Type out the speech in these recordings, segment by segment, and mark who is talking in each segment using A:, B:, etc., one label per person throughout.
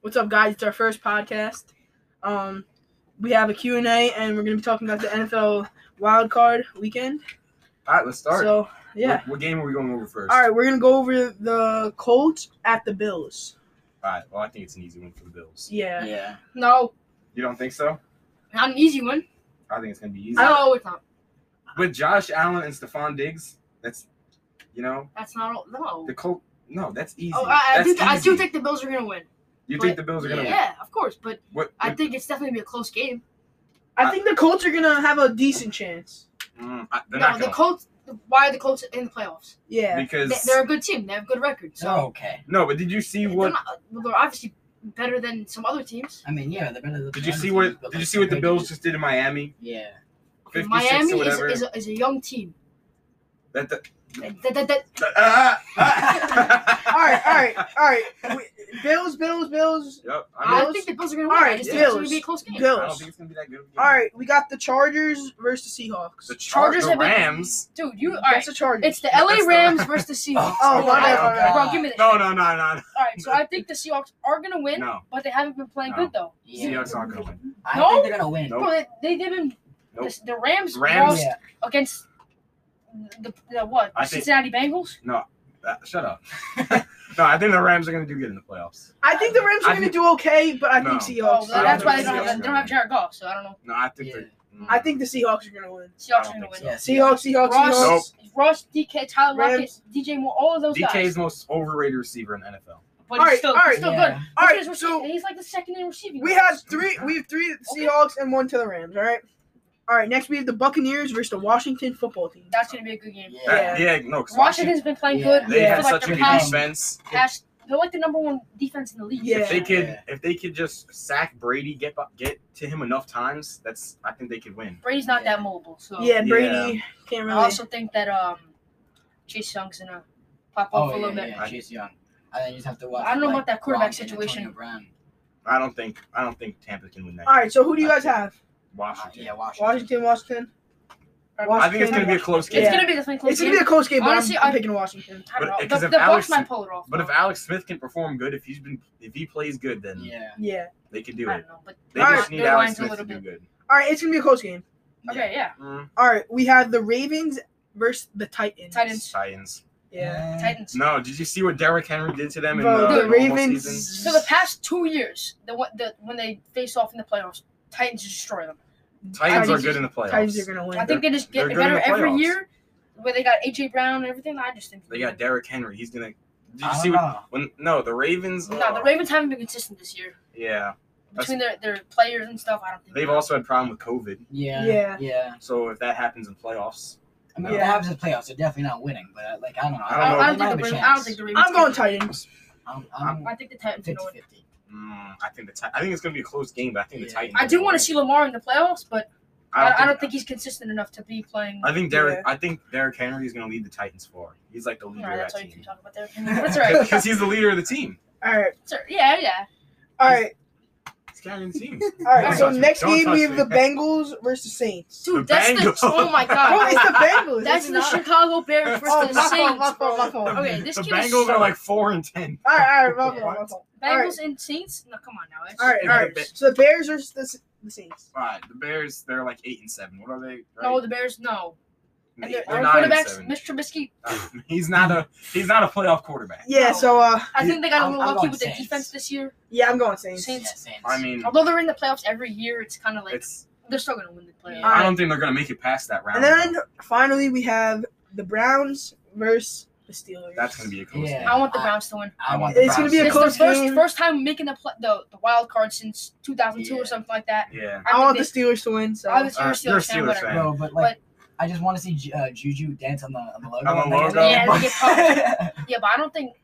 A: What's up, guys? It's our first podcast. Um, we have a Q&A, and we're going to be talking about the NFL Wild Card weekend.
B: All right, let's start.
A: So, yeah.
B: What, what game are we going over first?
A: All right, we're going to go over the Colts at the Bills.
B: All right. Well, I think it's an easy one for the Bills.
A: Yeah.
C: Yeah.
D: No,
B: You don't think so?
D: not an easy one.
B: I think it's gonna be easy.
D: Oh, it's not.
B: With Josh Allen and Stephon Diggs, that's you know
D: That's not all. No.
B: the Colt. No, that's easy.
D: Oh, I, I,
B: That's
D: do th- I do
B: easy.
D: think the Bills are gonna win.
B: you think the
D: but-
B: Bills are gonna win.
D: Yeah, of course, but
B: What?
D: I
B: what-
D: think it's definitely gonna be a close game.
A: I think the Colts are going to have a decent chance.
B: mm, I- they're
D: no,
B: not
D: the
B: gonna
D: Colts. Why are the Colts in the playoffs?
A: Yeah.
B: because
D: They, they're a good team. They have a good record. So
C: So Oh, okay.
B: no. But did you see
D: they're,
B: what?
D: not, well, they're obviously better than some other teams.
C: I mean, yeah, they're better than.
B: Did you see what? Did you see what the Bills just did in Miami?
C: Yeah.
D: Okay,
B: 56 or
D: Miami is,
B: whatever.
D: is, a, is a young team.
B: That the,
D: That, that, that, that-
B: ah, ah.
A: All right, all right, all right. We- Bills, Bills, Bills,
B: Yep. I,
D: I,
B: mean,
D: think the Bills are gonna
A: All
D: win. I
A: right,
D: just think it's gonna
A: Bills.
D: be a close game.
B: I don't
A: Bills.
B: think it's gonna be that good. of a game.
A: All right, we got the Chargers versus the Seahawks.
B: The Chargers,
D: Chargers
B: the
D: have been-
B: Rams.
D: Dude, you all
A: That's
D: right.
A: the Chargers.
D: It's the LA
B: That's the-
D: Rams versus the Seahawks.
A: Oh, my
D: I-
A: God.
D: Bro, give me this.
B: oh, No, no, no, no,
D: All right, so I think the Seahawks are gonna
B: no.
D: win,
B: no.
D: but they haven't been playing
B: No.
D: good though.
C: Yeah.
B: Seahawks aren't gonna win.
C: I
D: No?
C: think they're gonna win.
B: Nope.
D: Bro, they, they didn't.
B: Nope.
D: The, the Rams,
B: Rams-
D: lost
C: Yeah.
D: against the, the what?
B: I
D: The
B: think-
D: Cincinnati Bengals.
B: Uh, shut up. no, I think the Rams are going to do good in the playoffs.
A: I think the Rams are
B: I
A: going to
B: think-
A: do okay, but I think
B: No.
A: Seahawks.
D: Oh,
B: I don't
D: that's why they
B: think the
D: don't have
B: Seahawks
D: they don't have
B: are
D: Jared Goff, so I don't know.
B: No, I think
C: Yeah.
B: they're. mm,
A: I think the Seahawks are going to win.
D: Seahawks
B: I
D: are
B: don't
D: gonna
B: think
D: win.
C: Yeah.
A: Seahawks, Seahawks,
D: Ross,
A: Seahawks.
B: Nope.
D: Ross, DK, Tyler
A: Rams-
D: Lockett, DJ Moore, all of those
B: DK
D: guys.
B: is the most overrated receiver in NFL.
D: But
A: All
D: he's
A: right,
D: still,
A: all right.
D: he's still
C: Yeah.
D: good.
A: All
D: Look at
A: right,
D: his rece-
A: so-
D: he's like the second in receiving.
A: We
D: yards.
A: have three. We have three to the
D: Okay.
A: Seahawks and one to the Rams. All right. All right. Next, we have the Buccaneers versus the Washington Football Team.
D: That's gonna be a good game.
C: Yeah.
B: That- yeah, no, 'cause
D: Washington's been playing
C: Yeah.
D: good.
B: They
A: Yeah.
B: have
D: They're
B: such
D: like
B: a
D: the
B: good
D: past-
B: defense.
D: past- They're like the number one defense in the league.
A: Yeah.
B: If they could,
C: Yeah.
B: if they could just sack Brady, get bu- get to him enough times, that's I think they could win.
D: Brady's not
C: Yeah.
D: that mobile, so
A: Yeah, Brady
B: Yeah.
A: can't
D: I
A: really.
D: also think that um, Chase Young's gonna pop
C: Oh,
D: off a
C: yeah,
D: little bit.
C: yeah, She's young. And then you just have to watch.
D: I don't know
C: like,
D: about that quarterback
C: Gronk and
D: situation.
C: Antonio Brown.
B: I don't think I don't think Tampa can win that.
A: all right. So who do you guys have?
C: Uh,
B: Washington.
C: yeah, Washington.
A: Washington, Washington.
B: I think it's going to be a
A: Washington.
B: close game.
D: It's
A: Yeah.
D: gonna be definitely close.
A: It's gonna be
D: game.
A: a close game, but
D: Honestly,
A: I'm, I'm
D: I-
A: picking Washington.
D: I don't
B: But-
D: know.
B: because
D: the,
B: if
D: the
B: Alex-
D: Bucks might pull it off.
B: but if
D: though.
B: Alex Smith can perform good, if he's been if he plays good, then
C: Yeah.
A: Yeah.
B: they could do
D: I
B: it.
D: don't know, but
B: They
A: All
B: just
D: right,
B: need
D: their
B: Alex
D: line's a
B: Smith to
D: little
B: do good.
A: All right. It's gonna be a close game.
D: okay, yeah.
B: Mm,
A: All right. We have the Ravens versus the Titans.
D: Titans.
B: Titans.
A: Yeah.
D: Titans.
B: No, did you see what Derrick Henry did to them in
A: Bro,
B: the,
A: the
B: normal
A: Ravens.
B: season?
D: So the past two years, the, what- the when they face off in the playoffs, Titans destroy them.
B: Titans are
A: Titans-
B: good in the playoffs.
A: Titans are gonna win.
D: I think they just
B: they're
D: get
B: good
D: better
B: in the
D: every
B: playoffs.
D: year. Where they got AJ Brown and everything, I just think
B: They got Derrick Henry. He's gonna. Did
C: I
B: you
C: don't
B: see what?
C: know.
B: When no, the Ravens.
D: No, the
B: oh,
D: Ravens haven't been consistent this year
B: Yeah, That's-
D: between their, their players and stuff. I don't think
B: they've also had problem with COVID.
C: Yeah.
A: Yeah.
C: Yeah.
B: So if that happens in playoffs,
C: I mean, if
A: Yeah.
C: that happens in the playoffs, they're definitely not winning. But uh, like, I don't know.
B: I
D: I
B: don't know.
D: don't, I don't
C: They
D: think
C: might
D: the
C: have a chance.
D: Ravens. I don't think the Ravens.
A: I'm going
D: can.
A: Titans.
C: I'm, I'm
D: I think the Titans are
C: 50
D: gonna win.
C: 50.
B: mm, I think the Ti- I think it's gonna be a close game, but I think the
C: Yeah.
B: Titans.
D: I do want to see Lamar in the playoffs, but I, I, don't think
B: He,
D: he's consistent enough to be playing.
B: I think Derrick. I think Derrick Henry is gonna lead the Titans far. He's like the
D: All
B: leader
D: right,
B: of
D: that's all
B: that
D: you
B: team.
D: can talk about there. That's all right.
B: Because he's the leader of the team.
A: All right.
D: That's all right. Yeah, yeah.
A: All right.
B: He's carrying the team.
A: All right.
D: Don't
A: So
B: touch me.
A: next
B: Don't
A: game we
B: touch
A: have the
B: me.
A: Bengals versus Saints.
D: Dude,
B: The
D: that's
B: Bengals.
D: the. Oh my
A: Bro,
D: god.
A: it's the Bengals.
D: That's
A: it's
D: the
A: not.
D: Chicago Bears versus
A: Oh,
D: the
A: my fault,
D: Saints.
A: my fault, my
D: bro.
A: fault.
D: Okay, this
B: the
D: kid is
B: Bengals
D: so-
B: are like four and ten.
A: All right, all right, my fault, my fault. All right.
D: Bengals and Saints? No, come on now. It's
A: All right, all right.
D: Bears.
A: So the Bears are the, the Saints.
B: All right, the Bears. They're like eight and seven. What are they? Right?
D: No, the Bears, no. And their,
B: They're
D: their
B: nine and
D: quarterbacks,
B: seven.
D: Mitch Trubisky,
B: He's not a he's not a playoff quarterback.
A: Yeah.
D: No.
A: So uh,
D: I think they got a
C: I'm-
D: little
C: I'm
D: lucky
C: going
D: with their
C: Saints.
D: defense this year.
A: yeah, I'm going Saints.
C: Yeah,
D: Saints.
C: Saints.
B: I mean,
D: Although they're in the playoffs every year, it's kind of like
B: it's
D: they're still going to win the playoffs.
A: All
B: I
A: right.
B: don't think they're gonna make it past that
A: And
B: round.
A: then
B: though.
A: finally we have the Browns versus the Steelers.
B: that's gonna be a close
C: Yeah.
B: game.
D: I want the
C: I-
D: Browns to win.
C: I want
A: It's
C: the
A: gonna be a
C: Browns
D: it's
C: to win.
A: close
D: the first,
A: game.
D: first time making the, pl- the the wild card since 2002
C: Yeah.
D: or something like that.
B: Yeah.
A: I, want
D: think
A: the Steelers to win. So
D: they, obviously
B: Uh,
D: you're a Steelers fan,
B: you're a Steelers
D: whatever.
B: fan.
C: No, but like, I just want to see Ju- uh, Juju dance on the on the logo.
B: On the
C: and
B: logo.
C: then-
D: Yeah, they get pumped. Yeah, but I don't think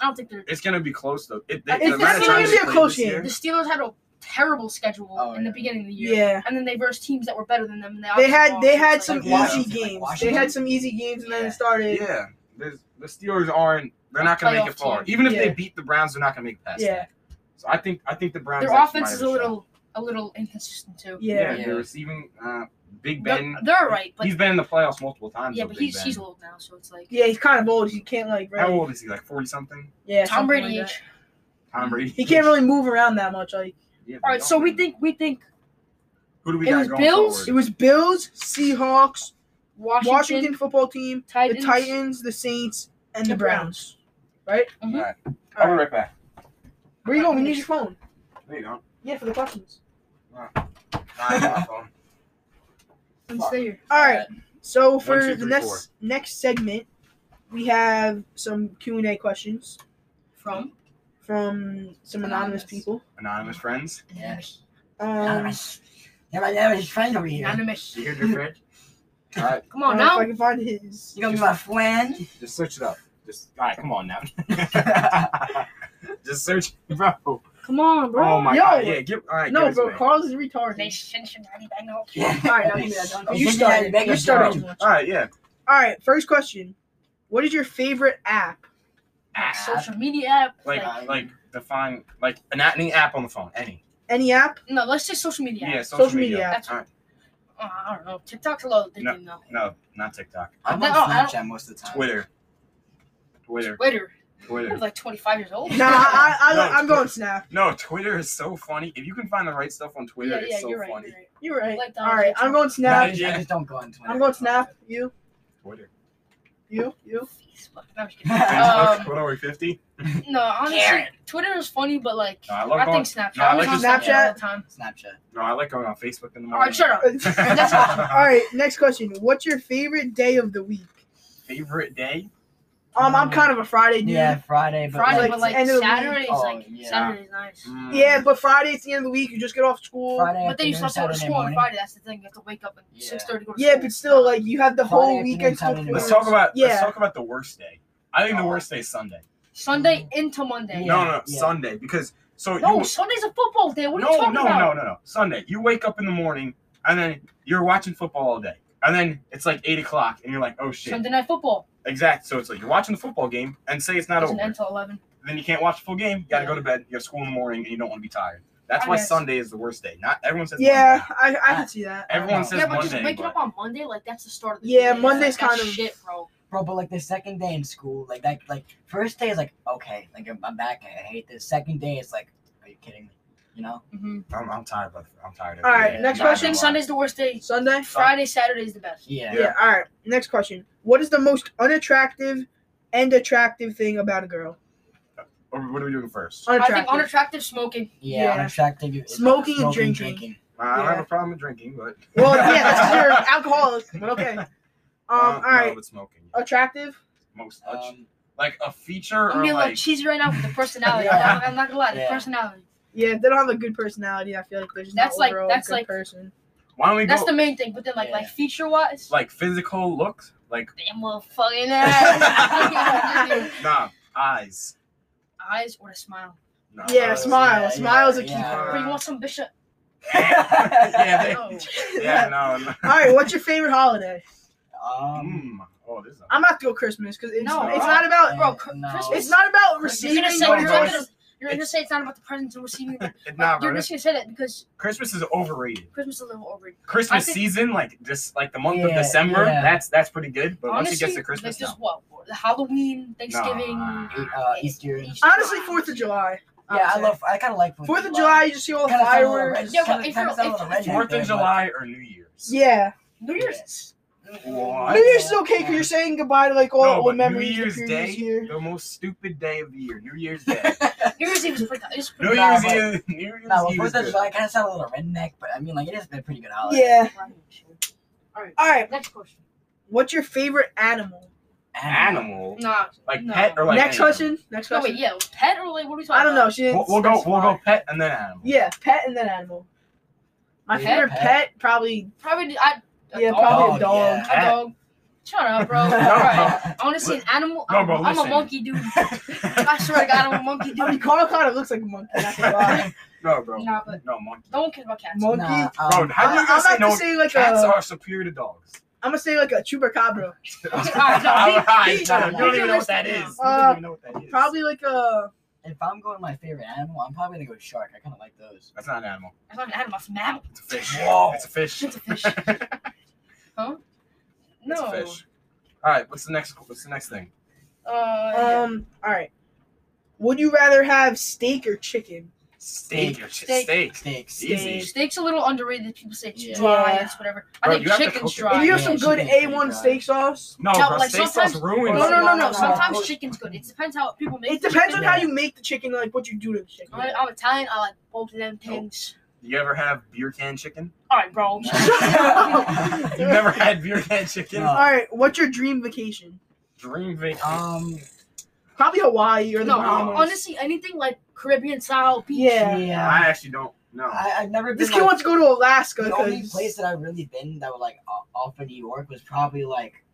D: I don't think they're
B: It's gonna be close though. It, they,
D: It's
B: the amount of
D: definitely
B: time
D: gonna
B: they
A: be a
B: played
A: close
B: this year-
A: game.
D: the Steelers had a terrible schedule
C: Oh,
D: in the
C: yeah.
D: beginning of the year.
A: yeah.
D: And then they versed teams that were better than them. And they,
A: They
D: obviously
A: had
D: lost,
A: they
D: so
A: had
D: it's
A: some
D: like,
C: Yeah.
A: easy
C: Like
A: games. They
C: Washington?
A: had some easy games and then
C: Yeah.
A: it started.
B: Yeah. There's, the Steelers aren't. They're not gonna make it
D: Playoff
B: far.
D: team.
B: Even if they
A: Yeah.
B: beat the Browns, they're not gonna make it past
A: Yeah.
B: that. So I think I think the Browns.
D: Their
B: actually
D: offense
B: might
D: is
B: have
D: a
B: shot.
D: little a little inconsistent too.
A: Yeah.
B: Yeah.
C: Yeah.
B: They're receiving uh, Big Ben.
D: They're, they're right, but
B: he's been in the playoffs multiple times.
D: yeah,
B: though,
D: but
B: Big
D: he's
B: Ben.
D: he's old now, so it's like
A: Yeah, he's kind of old. He can't like
B: How
A: really.
B: old is he? Like forty something.
A: Yeah.
D: Tom
A: something
D: Brady
A: like
D: age.
B: Tom Brady.
A: He can't really move around that much. Like
B: Yeah,
D: All right, so we
B: don't.
D: think we think
B: Who do we
D: it
B: got
D: was
B: going
D: Bills?
A: it
B: forward?
A: was Bills, Seahawks,
D: Washington,
A: Washington football team,
D: Titans.
A: the Titans, the Saints, and the
D: The
A: Browns.
D: Browns.
B: All right.
A: All
B: I'll be
A: right.
B: right back.
A: Where you going? We need your phone.
B: No, you don't.
A: Yeah, for the questions.
B: Nah, I got my phone.
D: Let's stay here.
A: All right. So for
B: Uh, two,
A: the
B: three,
A: next
B: four.
A: next segment, we have some Q and A questions
D: From
A: from some anonymous
D: Anonymous.
A: people.
B: Anonymous friends.
C: Yes.
B: Uh,
A: Um,
C: Anonymous. Yeah, my name is friend over here.
D: anonymous.
B: You hear your friend? All right,
D: Come
A: I
D: on
A: don't know if I
D: now.
A: can find his.
C: You gonna be my friend?
B: just search it up. Just all right, come on now. just search, bro. Oh
D: Come on, bro.
B: my
A: Yo.
B: god, yeah. Give, all right,
A: No,
B: give it to
A: bro,
B: me.
A: Carlos is retarded.
D: Nation, Cincinnati Bengals.
C: Yeah.
A: All right, now give me that. Duncan.
C: Oh,
A: You
C: Cincinnati
A: started. You
C: Bengals,
A: started.
B: Bro,
A: too much.
B: All right, yeah.
A: All right, first question. What is your favorite app?
D: Ah, Social media app.
B: Like, uh,
D: Like,
C: Like-
B: like define like an any app on the phone, any.
A: Any app?
D: no, let's say social media.
B: Yeah,
D: app.
B: social,
A: Social
B: media.
A: media.
B: All right.
D: Uh, I don't know. TikTok's a little different though.
B: No, not TikTok.
C: I'm
D: No,
C: on
D: I
C: Snapchat most of the time.
B: Twitter. Twitter.
D: Twitter. I
B: Twitter.
D: was like 25 years old.
A: Nah, I, I,
B: No,
A: I'm
B: Twitter.
A: going Snap.
B: No, Twitter is so funny. If you can find the right stuff on Twitter,
D: yeah, yeah,
B: it's so
D: you're right,
B: funny.
D: you're right.
A: You're right.
D: Like
A: All
D: Donald
A: right, I'm
D: Trump.
A: going
C: No, I
A: Snap.
C: just, I just don't go on Twitter.
A: I'm going Snap. You,
B: Twitter.
A: you, you.
D: Facebook. No, I'm just kidding.
B: Facebook.
D: um,
B: what are we, 50?
D: no, honestly,
C: Karen.
D: Twitter is funny, but like,
B: No, I
D: I,
B: love going-
D: think Snapchat.
B: no, I like
D: was
A: the
D: on
A: Snapchat.
D: all the time.
C: Snapchat.
B: No, I like going on Facebook in the morning.
D: All right, shut
A: Uh,
D: up.
A: All right, next question. What's your favorite day of the week?
B: Favorite day?
A: Um,
B: Uh,
A: I'm kind of a Friday dude.
C: Yeah, Friday. But
D: Friday,
A: like,
D: but like
A: end of the week.
D: Saturday's
C: Oh,
D: like
C: yeah.
D: Saturday's nice.
B: Mm,
A: Yeah, but Friday it's the end of the week. You just get off school.
C: Friday
D: But then you
C: afternoon,
D: still have to go
C: Saturday
D: to school on
C: morning.
D: Friday. That's the thing. You have to wake up at
C: Yeah.
D: 6:30 to go to
A: Yeah,
D: school.
A: but still, like you have the
C: Friday
A: whole
C: afternoon,
A: weekend. still
C: Saturday
A: to
C: night.
B: Let's
A: work.
B: talk about
A: Yeah.
B: let's talk about the worst day. I think the
C: Oh.
B: worst day is Sunday.
D: Sunday into Monday.
C: Yeah,
B: no, no, no,
C: yeah.
B: Sunday because so
D: No,
B: you
D: Sunday's a football day. What are
B: no,
D: you talking
B: no,
D: about?
B: no, no, no. Sunday. You wake up in the morning and then you're watching football all day. And then it's like eight o'clock and you're like, oh shit.
D: Sunday night football
B: Exact. So it's like you're watching the football game and say it's not
D: doesn't
B: over.
D: end till 11.
B: Then you can't watch the full game. You gotta
D: Yeah.
B: go to bed. You have school in the morning and you don't want to be tired. That's
D: I
B: why
D: guess.
B: Sunday is the worst day. Not everyone says
A: Yeah,
B: Monday.
A: I I can see that.
B: Everyone
C: Yeah,
B: says
D: Yeah, but
B: Monday.
D: just waking
B: but-
D: up on Monday, like that's the start of the
A: Yeah,
D: day.
A: Monday's
D: That's
A: kind of-
D: shit, bro.
C: Bro, but like the second day in school, like that, like first day is like okay, like I'm, I'm back, I hate this. Second day is like, are you kidding me? You know,
D: Mm-hmm.
B: I'm, I'm tired, brother. I'm tired.
A: All right,
C: Yeah.
A: next
D: Next
B: Not
A: question.
D: question.
B: gonna lie.
D: Sunday's the worst day.
A: Sunday.
D: Friday, Saturday's the best.
C: yeah.
A: Yeah. All right. Next question. What is the most unattractive and attractive thing about a girl?
B: Or What are we doing first?
D: I think
A: Unattractive.
D: unattractive smoking.
C: Yeah,
A: Yeah.
C: unattractive. it's-
A: Smoking and drinking.
B: I don't
A: Yeah.
B: have a problem with drinking, but
A: well, yeah, that's 'cause you're an alcoholic. But okay.
B: Uh,
A: Um. All right.
B: With smoking,
A: Attractive.
B: most uh,
C: Um,
B: like a feature
D: I'm
B: or
D: being like,
B: like.
D: cheesy right now with the personality.
C: Yeah.
D: I'm, not, I'm not gonna lie, the
C: Yeah.
D: personality.
A: Yeah, if they don't have a good personality. I feel like they're just
D: That's
A: not
D: like-
A: overall
D: that's
A: a good
D: like-
A: person.
B: Why don't we
D: That's
B: go
D: the main thing. But then, like,
C: Yeah.
D: like feature wise,
B: like physical looks? Like
D: damn little fucking ass.
B: nah, eyes.
D: Eyes or a smile.
B: Nah,
A: Yeah,
B: eyes.
A: smile.
C: yeah,
A: Smile's a key
C: yeah.
A: part.
D: But you want some bishop?
B: yeah, they,
D: No.
B: yeah, no. no.
A: All right. What's your favorite holiday?
C: um,
B: Mm. Oh, this is.
A: I'm not to go Christmas because it's
D: No.
A: it's not about
D: Bro,
C: uh,
D: cr-
C: no.
D: Christmas-
A: it's not about
D: You're
A: receiving.
D: gonna
A: but
D: say you're
A: it's
D: not
A: always-
D: gonna, you're gonna say it's not about the presents and receiving. Like,
B: It's not,
D: you're
B: bro.
D: just gonna say that because
B: Christmas is overrated.
D: Christmas is a little over. I
B: Christmas
D: think-
B: season, like just like the month of
C: Yeah,
B: December,
C: yeah.
B: that's that's pretty good. But
D: Honestly,
B: once it gets to Christmas,
D: like just
B: no.
D: what the Halloween, Thanksgiving,
B: Nah.
C: e- uh, Easter.
D: Easter.
A: Honestly, Fourth of July. would
C: Yeah, I
A: say.
C: love. I kind of like uh,
A: Fourth of July. You just see all the
C: Kind of
A: fireworks.
D: Yeah, but if
C: kind
D: you're-
C: of sound
D: if-
C: a redneck
B: Fourth
C: there,
B: of
C: but-
B: July or New Year's.
A: Yeah.
D: New Year's.
B: What?
A: New Year's is okay because you're saying goodbye to like all
B: No,
A: the
B: but
A: old memories.
B: New Year's
A: the
B: Day,
A: previous year.
B: the most stupid day of the year. New Year's Day.
D: New Year's Eve is pretty. It's
B: New
D: pretty.
C: Nah,
B: Year's
C: but-
B: Eve. New Year's
C: No, well,
B: Eve. is
C: Fourth of
B: good.
C: July kind of sound a little redneck, but I mean, like it has been a pretty good holiday.
A: Yeah. All right.
D: Next question.
A: What's your favorite animal?
B: Animal,
D: Nah.
B: like
D: no.
B: pet or like
A: next
B: animal?
A: question. Next
D: No
A: question.
D: wait, yeah, pet or like what are we talking?
A: I don't know.
D: about?
A: She didn't
B: We'll, we'll go. We'll
A: specify.
B: go pet and then animal.
A: Yeah, pet and then animal. My
C: Yeah,
A: favorite
C: pet.
A: pet, probably
D: Probably I. a
A: yeah,
D: dog.
A: probably a
C: Dog,
A: dog.
C: yeah.
D: A dog. Shut up, bro. All right. Honestly, an animal.
B: No,
D: I'm,
B: bro,
D: I'm a
B: listen.
D: monkey dude. I swear to God, I'm a monkey
A: I mean,
D: dude.
A: Carl kind of looks like a monkey. That's a lie.
B: No, bro.
D: Nah, but
B: No monkey.
D: no one cares about cats.
A: Monkey.
C: Nah,
B: Bro,
C: um,
B: how do
A: I'm,
B: you
A: I'm
B: guys say
A: about
B: no?
A: to say like
B: Cats
A: a.
B: are superior to dogs.
A: am gonna say like a chupacabra.
B: All
D: right, no, he-
B: right,
A: he-
B: no, you don't
D: he
B: even know what that
D: listed
B: is.
A: now.
B: You
A: Uh,
B: don't even know what that is.
A: Probably like a.
C: if I'm going my favorite animal, I'm probably gonna go shark. I kind of like those.
B: That's not an animal.
D: It's not an animal. It's a mammal.
B: It's a fish.
C: Whoa.
B: It's a fish.
D: It's a fish. Huh?
B: It's
D: No.
B: a fish. All right. What's the next? What's the next thing?
D: Uh. yeah.
A: Um. All right. Would you rather have steak or chicken?
B: Steak or steak.
D: Steak.
B: steak.
C: Steaks.
A: Steak.
B: Easy.
D: Steak's a little underrated. People say it's
C: Yeah.
D: dry.
A: Yeah.
D: It's whatever.
B: Bro,
D: I think
B: you have to
D: chicken's
B: cook it.
A: If
D: dry.
A: you
C: Yeah,
A: have some good
C: chicken's pretty
A: A1
C: dry.
A: steak sauce,
B: No,
D: No,
B: bro,
D: like,
B: steak sauce
D: sometimes-
B: ruins.
A: No, no, no, no,
D: Sometimes
C: no.
D: chicken's good. It depends how people make
A: it depends on
D: chicken.
A: how you make the chicken, like what you do to the chicken.
D: I- I'm Italian. I like both
A: Oh.
D: of them things.
B: You ever have beer can chicken?
D: All right, bro.
B: You've never had beer can chicken?
C: No.
A: All right, what's your dream vacation?
B: Dream vacation.
C: Um.
A: Probably Hawaii or the
D: no,
A: Bahamas.
D: honestly, anything like Caribbean style beach.
A: Yeah.
B: I actually don't know.
C: I, I've never been.
A: This kid
C: like,
A: wants to go to Alaska.
C: the only
A: 'cause-
C: place that I've really been that was like o- off of New York was probably like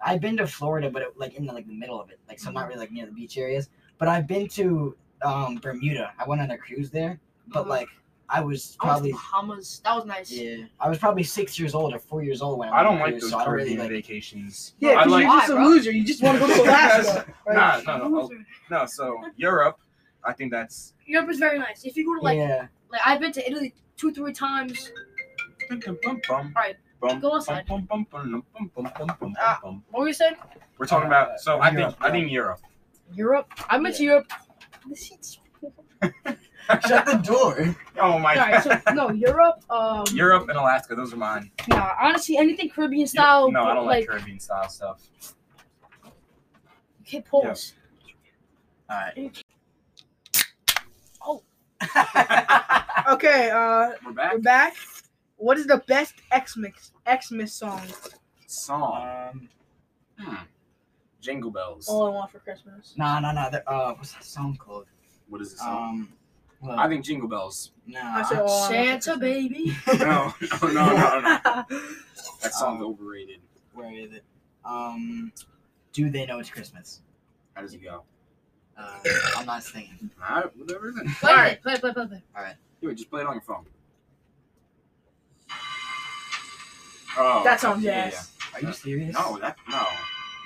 C: I've been to Florida, but it, like in the, like the middle of it, like so I'm not really like near the beach areas. But I've been to um, Bermuda. I went on a cruise there, but
D: Mhm.
C: like I was
D: I was in
C: probably
D: the Bahamas. That was nice.
C: yeah, I was probably six years old or four years old when I,
B: I
C: went on
B: don't
C: a
B: like
C: cruise,
B: those
C: so I don't really
B: Caribbean
C: like.
B: vacations.
A: Yeah,
B: I
A: 'cause
B: like
A: you're just a
D: Why, bro?
A: loser. You just want to go to Alaska.
B: Nah, no, no, I'll- no. So Europe, I think that's.
D: Europe is very nice. If you go to like,
C: yeah,
D: like I've been to Italy two, three times. Alright, go outside. What were you saying?
B: We're talking about. So I think I think Europe.
D: Europe. I've been to
C: Yeah.
D: Europe. This seat's
C: shut the door.
B: Oh my
D: Alright,
B: god.
D: so no Europe. Um,
B: Europe and Alaska, those are mine.
D: Nah, honestly, anything Caribbean style.
B: no, I don't like,
D: like,
B: Caribbean style stuff.
D: Okay, pause.
C: All right.
D: Oh.
A: Okay, uh,
B: We're back.
A: we're back. What is the best Xmas Xmas song?
B: Song.
C: um,
B: Hmm. Jingle bells.
A: All I want for Christmas.
C: no, no, no. the- Uh, what's that song called?
B: what is the song?
C: Um, well,
B: I think jingle bells.
A: I
C: nah.
A: said "Oh, all I want for
D: Santa baby.
B: No, no, no, no, no.
A: Christmas.
B: That song's overrated.
C: where is it? Um, do they know it's Christmas?
B: How does it go?
C: Uh, I'm not singing.
B: Alright, whatever then.
D: Play,
A: Alright.
D: it, play, it, play, it, play, it, play. it.
B: Do it, just play it on your phone. Oh,
A: that sounds
B: yeah,
A: ass.
C: Are you serious?
B: No, that no,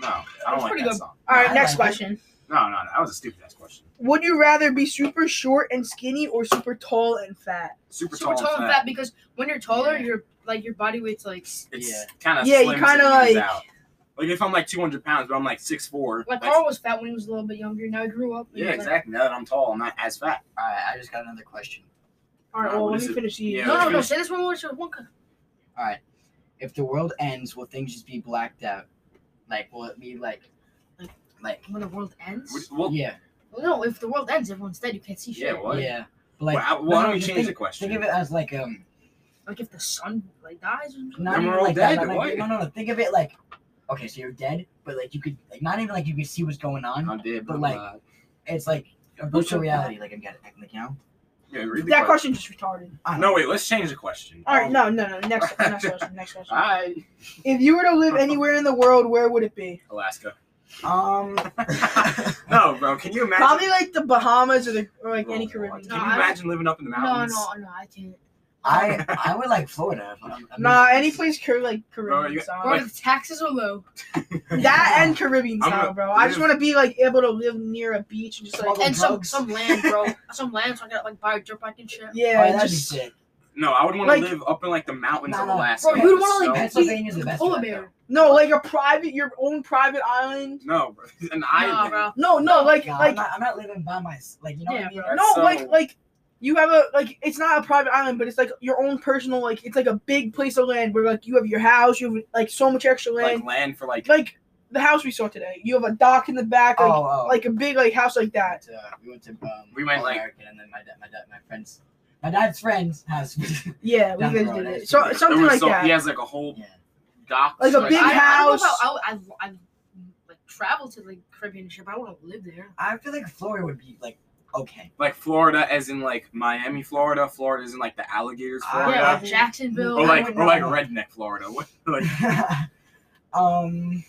B: no. I don't
D: That's
B: like
D: pretty
B: that
D: good.
B: song.
A: All right,
C: I
A: next
C: like it.
A: question.
B: No, no, no. That was a stupid ass question.
A: Would you rather be super short and skinny or super tall and fat?
B: Super,
D: Super tall and fat because when you're taller,
C: Yeah.
D: your like your body weight's like
B: It's
C: Yeah.
B: kind of
A: Yeah, you kinda like-
B: out. like if I'm like 200 pounds, but I'm like 6'4",
D: like oh,
B: like,
D: Carl was fat when he was a little bit younger. Now he grew up. and
B: yeah,
D: he's like-
B: exactly. Now that I'm tall, I'm not as fat.
C: All right, I just got another question.
A: All right,
B: Uh,
A: well,
B: what
A: let
B: is
A: me
B: it?
A: finish these.
B: Yeah,
D: No, no, no.
B: finish-
D: Say this one more. Say one.
C: All right, if the world ends, will things just be blacked out? Like, will it be like, like,
D: When the world ends.
B: Well,
C: yeah,
D: Well, no, if the world ends, everyone's dead. You can't see shit.
B: Yeah, what?
C: yeah. But like,
B: why,
C: no,
B: why don't we
C: just
B: change
C: think,
B: the question?
C: Think of it as like um,
D: Like if the sun like dies. Or something.
C: not
B: Then
C: even
B: we're all
C: like that,
B: dead,
C: not like-
B: what?
C: no, no, no. Think of it like, okay, so you're dead, but like you could, like, not even like you could see what's going on.
B: I did,
C: but,
B: but
C: like-
B: like, uh,
C: It's like a virtual reality. Like, I got it. Like, you know.
B: yeah, read the
A: That question
B: question.
A: just retarded.
C: question-
B: No, wait. Let's change the question.
A: All right, no, no, no. Next, next question. Next question.
B: Hi,
A: If you were to live anywhere in the world, where would it be?
B: Alaska.
C: Um.
B: no, bro. Can you imagine?
A: Probably like the Bahamas or, the, or like
B: Bro,
A: any
B: bro,
A: Caribbean.
B: Can
D: No,
B: you
D: I-
B: imagine living up in the
D: No,
B: mountains?
D: no, no. I can't.
C: I I would like Florida. If I'm, I mean,
A: Nah, any place Car- like Caribbean
B: you-
A: style.
D: Bro, the taxes are low.
A: that and Caribbean
B: I'm
A: style,
B: gonna
A: bro. I just
B: live-
A: want to be like able to live near a beach and just like
C: Smuggle
D: and some
C: drugs.
D: some land, bro. some land, so I got like buy a dirt bike and shit.
C: Oh,
A: yeah,
C: that'd be
A: just
C: sick.
B: No, I would want to
A: Like-
B: live up in like the mountains
C: No,
B: of
C: no.
B: Alaska.
D: Bro, you'd want
B: So-
D: to like
C: So-
D: be
C: Pennsylvania's the best
D: polar
C: for that,
D: bear.
A: no like a private your own private island.
B: No, bro. An
D: Nah,
B: island.
D: bro.
A: No, no, like
C: Nah, I'm,
A: like
C: not, I'm not living by myself. Like you know
D: Yeah,
C: what I mean?
B: bro.
A: no
B: So-
A: like like you have a like it's not a private island, but it's like your own personal like it's like a big place of land where like you have your house, you have like so much extra land,
B: Like land for like.
A: like, the house we saw today. You have a dock in the back, like,
C: Oh, oh.
A: like a big like house like
C: we
A: that.
C: went to, we went to um,
B: We went,
C: All
B: like-
C: American, and then my dad, my dad, my friends, my dad's friends has.
A: Yeah, we
C: Down the
A: guys
C: road,
A: did it.
C: that's
A: So
B: there
A: something
B: was
A: like
B: so-
A: that.
B: He has like a whole
C: yeah.
B: dock.
A: Like a big
D: I,
A: house.
D: I don't know about I, I, I like travel to like Caribbean and shit, but I want to live there.
C: I feel like Florida would be like okay.
B: Like Florida, as in like Miami, Florida. Florida is in like the alligators,
C: Ah,
B: Florida.
D: yeah,
C: yeah.
D: like Jacksonville.
B: Or
C: I
B: like
C: would
B: or like
C: not.
B: redneck Florida. What- like
C: um,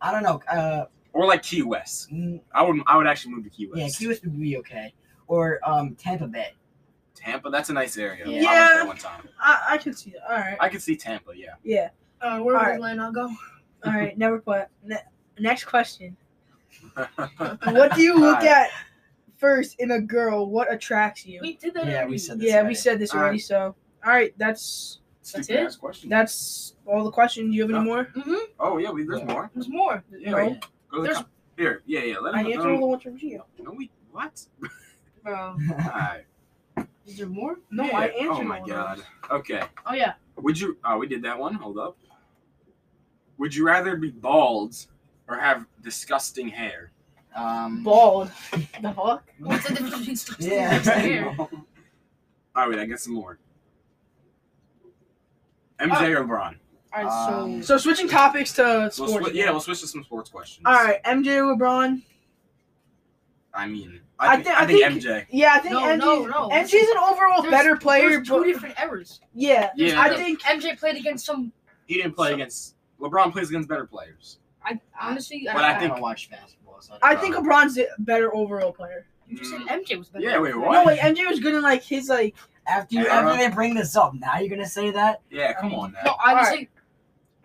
C: I don't know. Uh,
B: or like Key West.
C: mm,
B: I would I would actually move to Key
C: yeah,
B: West.
C: Key West would be okay, or um, Tampa Bay.
B: Tampa, that's a nice area. I went
A: Yeah.
B: there one time.
A: I, I can see that. All right.
B: I could see Tampa. Yeah.
A: Yeah.
D: uh, where
A: Alright.
D: would land I'll go?
A: All right. Never play. Ne- next question. What do you look
B: Alright.
A: at first in a girl? What attracts you?
D: We did that.
C: Yeah,
D: already.
C: we said this.
A: yeah, we
C: already.
A: said this already.
B: Alright.
A: So, all right. That's
B: Stupid
D: it?
B: ass question.
A: that's all the questions. Do you have any
B: No.
A: more?
D: Mhm.
B: oh yeah, we, there's
C: Yeah.
B: more.
D: There's more.
B: Yeah,
A: No.
B: Go to the
D: There's
B: com- Here, yeah, yeah. Let
A: I
B: him.
A: answered
B: let
A: all
B: him-
A: the ones from Geo.
B: No, we what?
D: Bro,
B: All right.
D: is there more?
A: No,
B: yeah.
A: I answered.
B: Oh my
A: all
B: god.
A: Those.
B: Okay.
D: Oh yeah.
B: Would you? Oh, we did that one. Hold up. Would you rather be bald or have disgusting hair?
C: um,
A: Bald. the fuck?
D: What's the difference between stuff
C: Yeah.
D: and hair?
B: All right, wait. I got some more. MJ or LeBron?
D: All right, so
C: Um,
A: So switching topics to
B: We'll
A: sports.
B: swi- yeah, we'll switch to some sports questions.
A: All right, MJ LeBron.
B: I mean,
A: I
B: I think,
A: thi-
B: I
A: I
B: think,
A: think-
B: MJ.
A: Yeah, I think
D: No,
A: MJ's,
D: no, no.
A: MJ's an overall
D: There's-
A: better player.
D: there's two
A: But,
D: different errors.
A: yeah,
B: Yeah.
A: I think
D: MJ played against some.
B: He didn't play
D: So-
B: against LeBron. Plays against better players.
D: I honestly,
B: But
D: I,
B: I
C: I
B: think-
C: don't watch basketball, so
A: I
B: Uh,
A: think LeBron's a better overall player.
D: you just said
B: Mm,
D: MJ was better.
B: Yeah, wait,
D: than
B: what?
D: Fred.
A: No, like MJ was good in like his like.
C: after you,
B: Era.
C: after they bring this up, now you're gonna say that.
B: yeah, come
A: Um,
B: on now.
D: No, I was
A: All
D: saying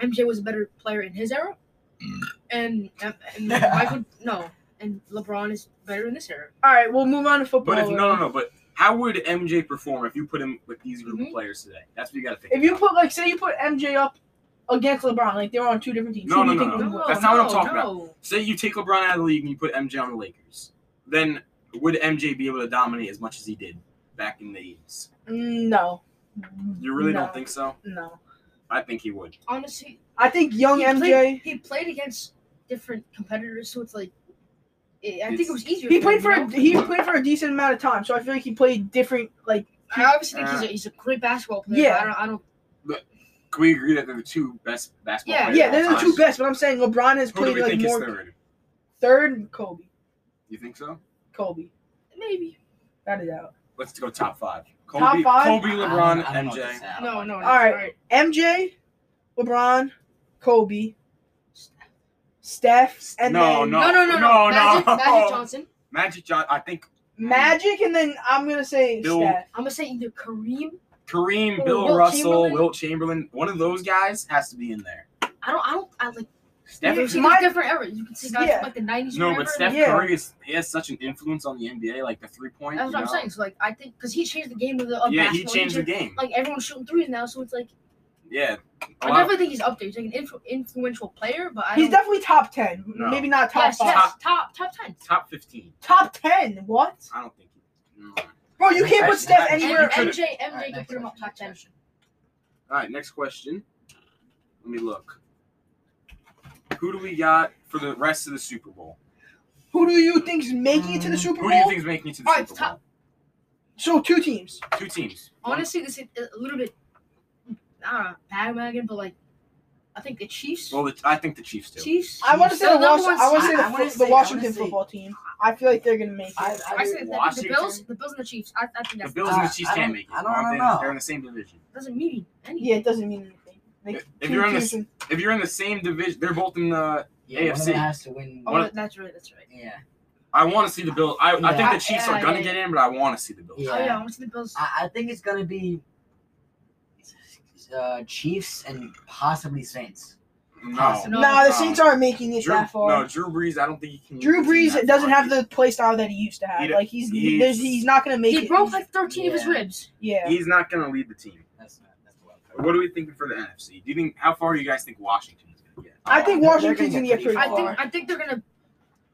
D: MJ was a better player in his era,
B: Mm.
D: and, and
C: Yeah.
D: Michael no, and LeBron is better in this era.
A: All right, we'll move on to football.
B: But if no, no, no. But how would MJ perform if you put him with these group of
D: Mhm.
B: players today? That's what you got to think.
A: Mm-hmm. If you
B: about.
A: put like say you put MJ up against LeBron, like they're on two different teams.
B: No,
A: who do you
B: no,
A: think would
B: no.
A: win?
B: That's not what I'm talking
D: no.
B: say you take LeBron out of the league and you put MJ on the Lakers, then would MJ be able to dominate as much as he did back in the 80s?
A: No,
B: You really
A: No.
B: don't think so?
A: no.
B: I think he would.
D: Honestly,
A: I think young
D: he
A: MJ.
D: Played, he played against different competitors, so it's like it, I think
B: It's-
D: it was easier.
A: He
D: for
A: played
D: him,
A: for
D: you
A: a,
D: know?
A: he played for a decent amount of time, so I feel like he played different. Like
D: I obviously think he's a, he's a great basketball player.
A: Yeah.
D: but I don't. I don't
B: Can we agree that they're the two best basketball
D: Yeah.
B: players?
A: yeah,
B: of all
A: they're the
B: time?
A: two best. But I'm saying LeBron has
B: Oh, Who do
A: played
B: we
A: like
B: think
A: more.
B: is third?
A: Third, Kobe.
B: You think so?
A: Kobe,
D: maybe.
A: got it out.
B: Let's go top five. Kobe,
A: Top five?
B: Kobe,
C: I don't-
B: LeBron,
C: I don't know what to
B: MJ.
C: say. I don't
D: No,
C: watch
D: no.
C: basketball.
A: All right. MJ, LeBron, Kobe, Steph, and
B: No,
A: then
B: no.
D: no, no, no,
B: no,
D: Magic,
B: no.
D: Magic Johnson.
B: Magic John. I think
A: Magic, and then I'm gonna say
B: Bill-
A: Steph.
D: I'm gonna say either Kareem.
B: Kareem,
D: Oh,
B: Bill
D: Wilt
B: Russell,
D: Chamberlain?
B: Wilt Chamberlain. One of those guys has to be in there.
D: I don't. I don't. I like.
B: Steph
D: you
A: Yeah,
D: see
A: my-
D: different eras. You can see guys
A: Yeah.
D: from like the 90s.
B: No,
D: or
B: but
D: whatever,
B: Steph
D: and
A: Yeah.
B: Curry is he has such an influence on the NBA, like the three point.
D: That's what I'm saying. So like, I think because he changed the game of the of
B: Yeah, he
D: basketball.
B: changed the game.
D: Like everyone's shooting threes now, so it's like
B: Yeah, a
D: I
B: lot
D: definitely think he's up there. He's like an influ- influential player, but I
A: He's
D: don't,
A: definitely top ten.
B: No.
A: Maybe not top
D: yes,
A: five.
D: yes, top top ten.
B: of top fifteen.
A: Top ten. What?
B: I don't think. He, no.
A: Bro, you can't put
C: Next
A: Steph
C: question.
D: And
A: anywhere.
B: could've-
D: MJ MJ
C: Alright,
D: can
C: next
D: put him up
C: question,
D: top ten.
C: next
B: All right, next question. Let me look. Who do we got for the rest of the Super Bowl?
A: Who do you think's making it to the Super
B: Mm, Who do you
A: Bowl?
B: think is making it to the
D: All right,
B: Super
D: top-
A: So two teams.
B: Bowl? Two teams.
D: Honestly, this is a little bit I don't know bandwagon, but like I think the Chiefs.
B: Well, the, I think the Chiefs do.
D: Chiefs.
A: I want to say
D: So
A: the
D: number
A: Washington.
D: one's-
A: I want to say
C: I-
A: the,
C: I wanna
A: fo-
C: say-
A: the
C: I
A: Washington
C: wanna say-
A: football team. I feel like they're gonna make it.
C: I, I,
D: I said the, the
B: Washington?
D: Bills, the Bills and the Chiefs. I, I think
B: The
D: that
B: Bills and
C: Uh,
B: the Chiefs
C: I
B: can't
C: don't-
B: make it.
C: I don't
B: aren't they?
C: know.
B: They're in the same division.
D: doesn't mean anything.
A: yeah, it doesn't mean anything. Like,
B: If- if
A: two
B: you're on the
A: teams
B: s-
A: in-
B: If you're in the same division, they're both in the.
C: Yeah, one of them
B: AFC.
C: has to win.
D: Oh,
B: One-
D: that's right. That's right.
C: Yeah,
B: I want to see the Bills. I, I think
C: Yeah.
B: the Chiefs are
D: Yeah,
B: gonna
D: yeah,
B: get in, but I want to see the Bills.
C: Yeah.
D: Oh yeah, I want to see the Bills.
C: I, I think it's gonna be uh, Chiefs and possibly Saints.
B: No.
C: Possibly.
D: No.
A: nah, the
B: uh,
A: Saints aren't making it
B: Drew,
A: that far.
B: no, Drew Brees. I don't think he can.
A: Drew
B: he
A: Brees
B: can that
A: doesn't
B: far.
A: have the play style that he used to have.
B: He-
A: like he's
B: he's-
A: he's, there's, he's not gonna make
D: he
A: it.
D: broke like 13 of his
C: Yeah.
D: ribs.
A: yeah.
B: He's not going to lead the team.
C: That's not, that's the wild card.
B: What are we thinking for the NFC? Do you think how far do you guys think Washington is going to get?
A: I think
C: They're- they're
A: Washington's gonna get pretty
D: I
A: far.
D: think I think they're gonna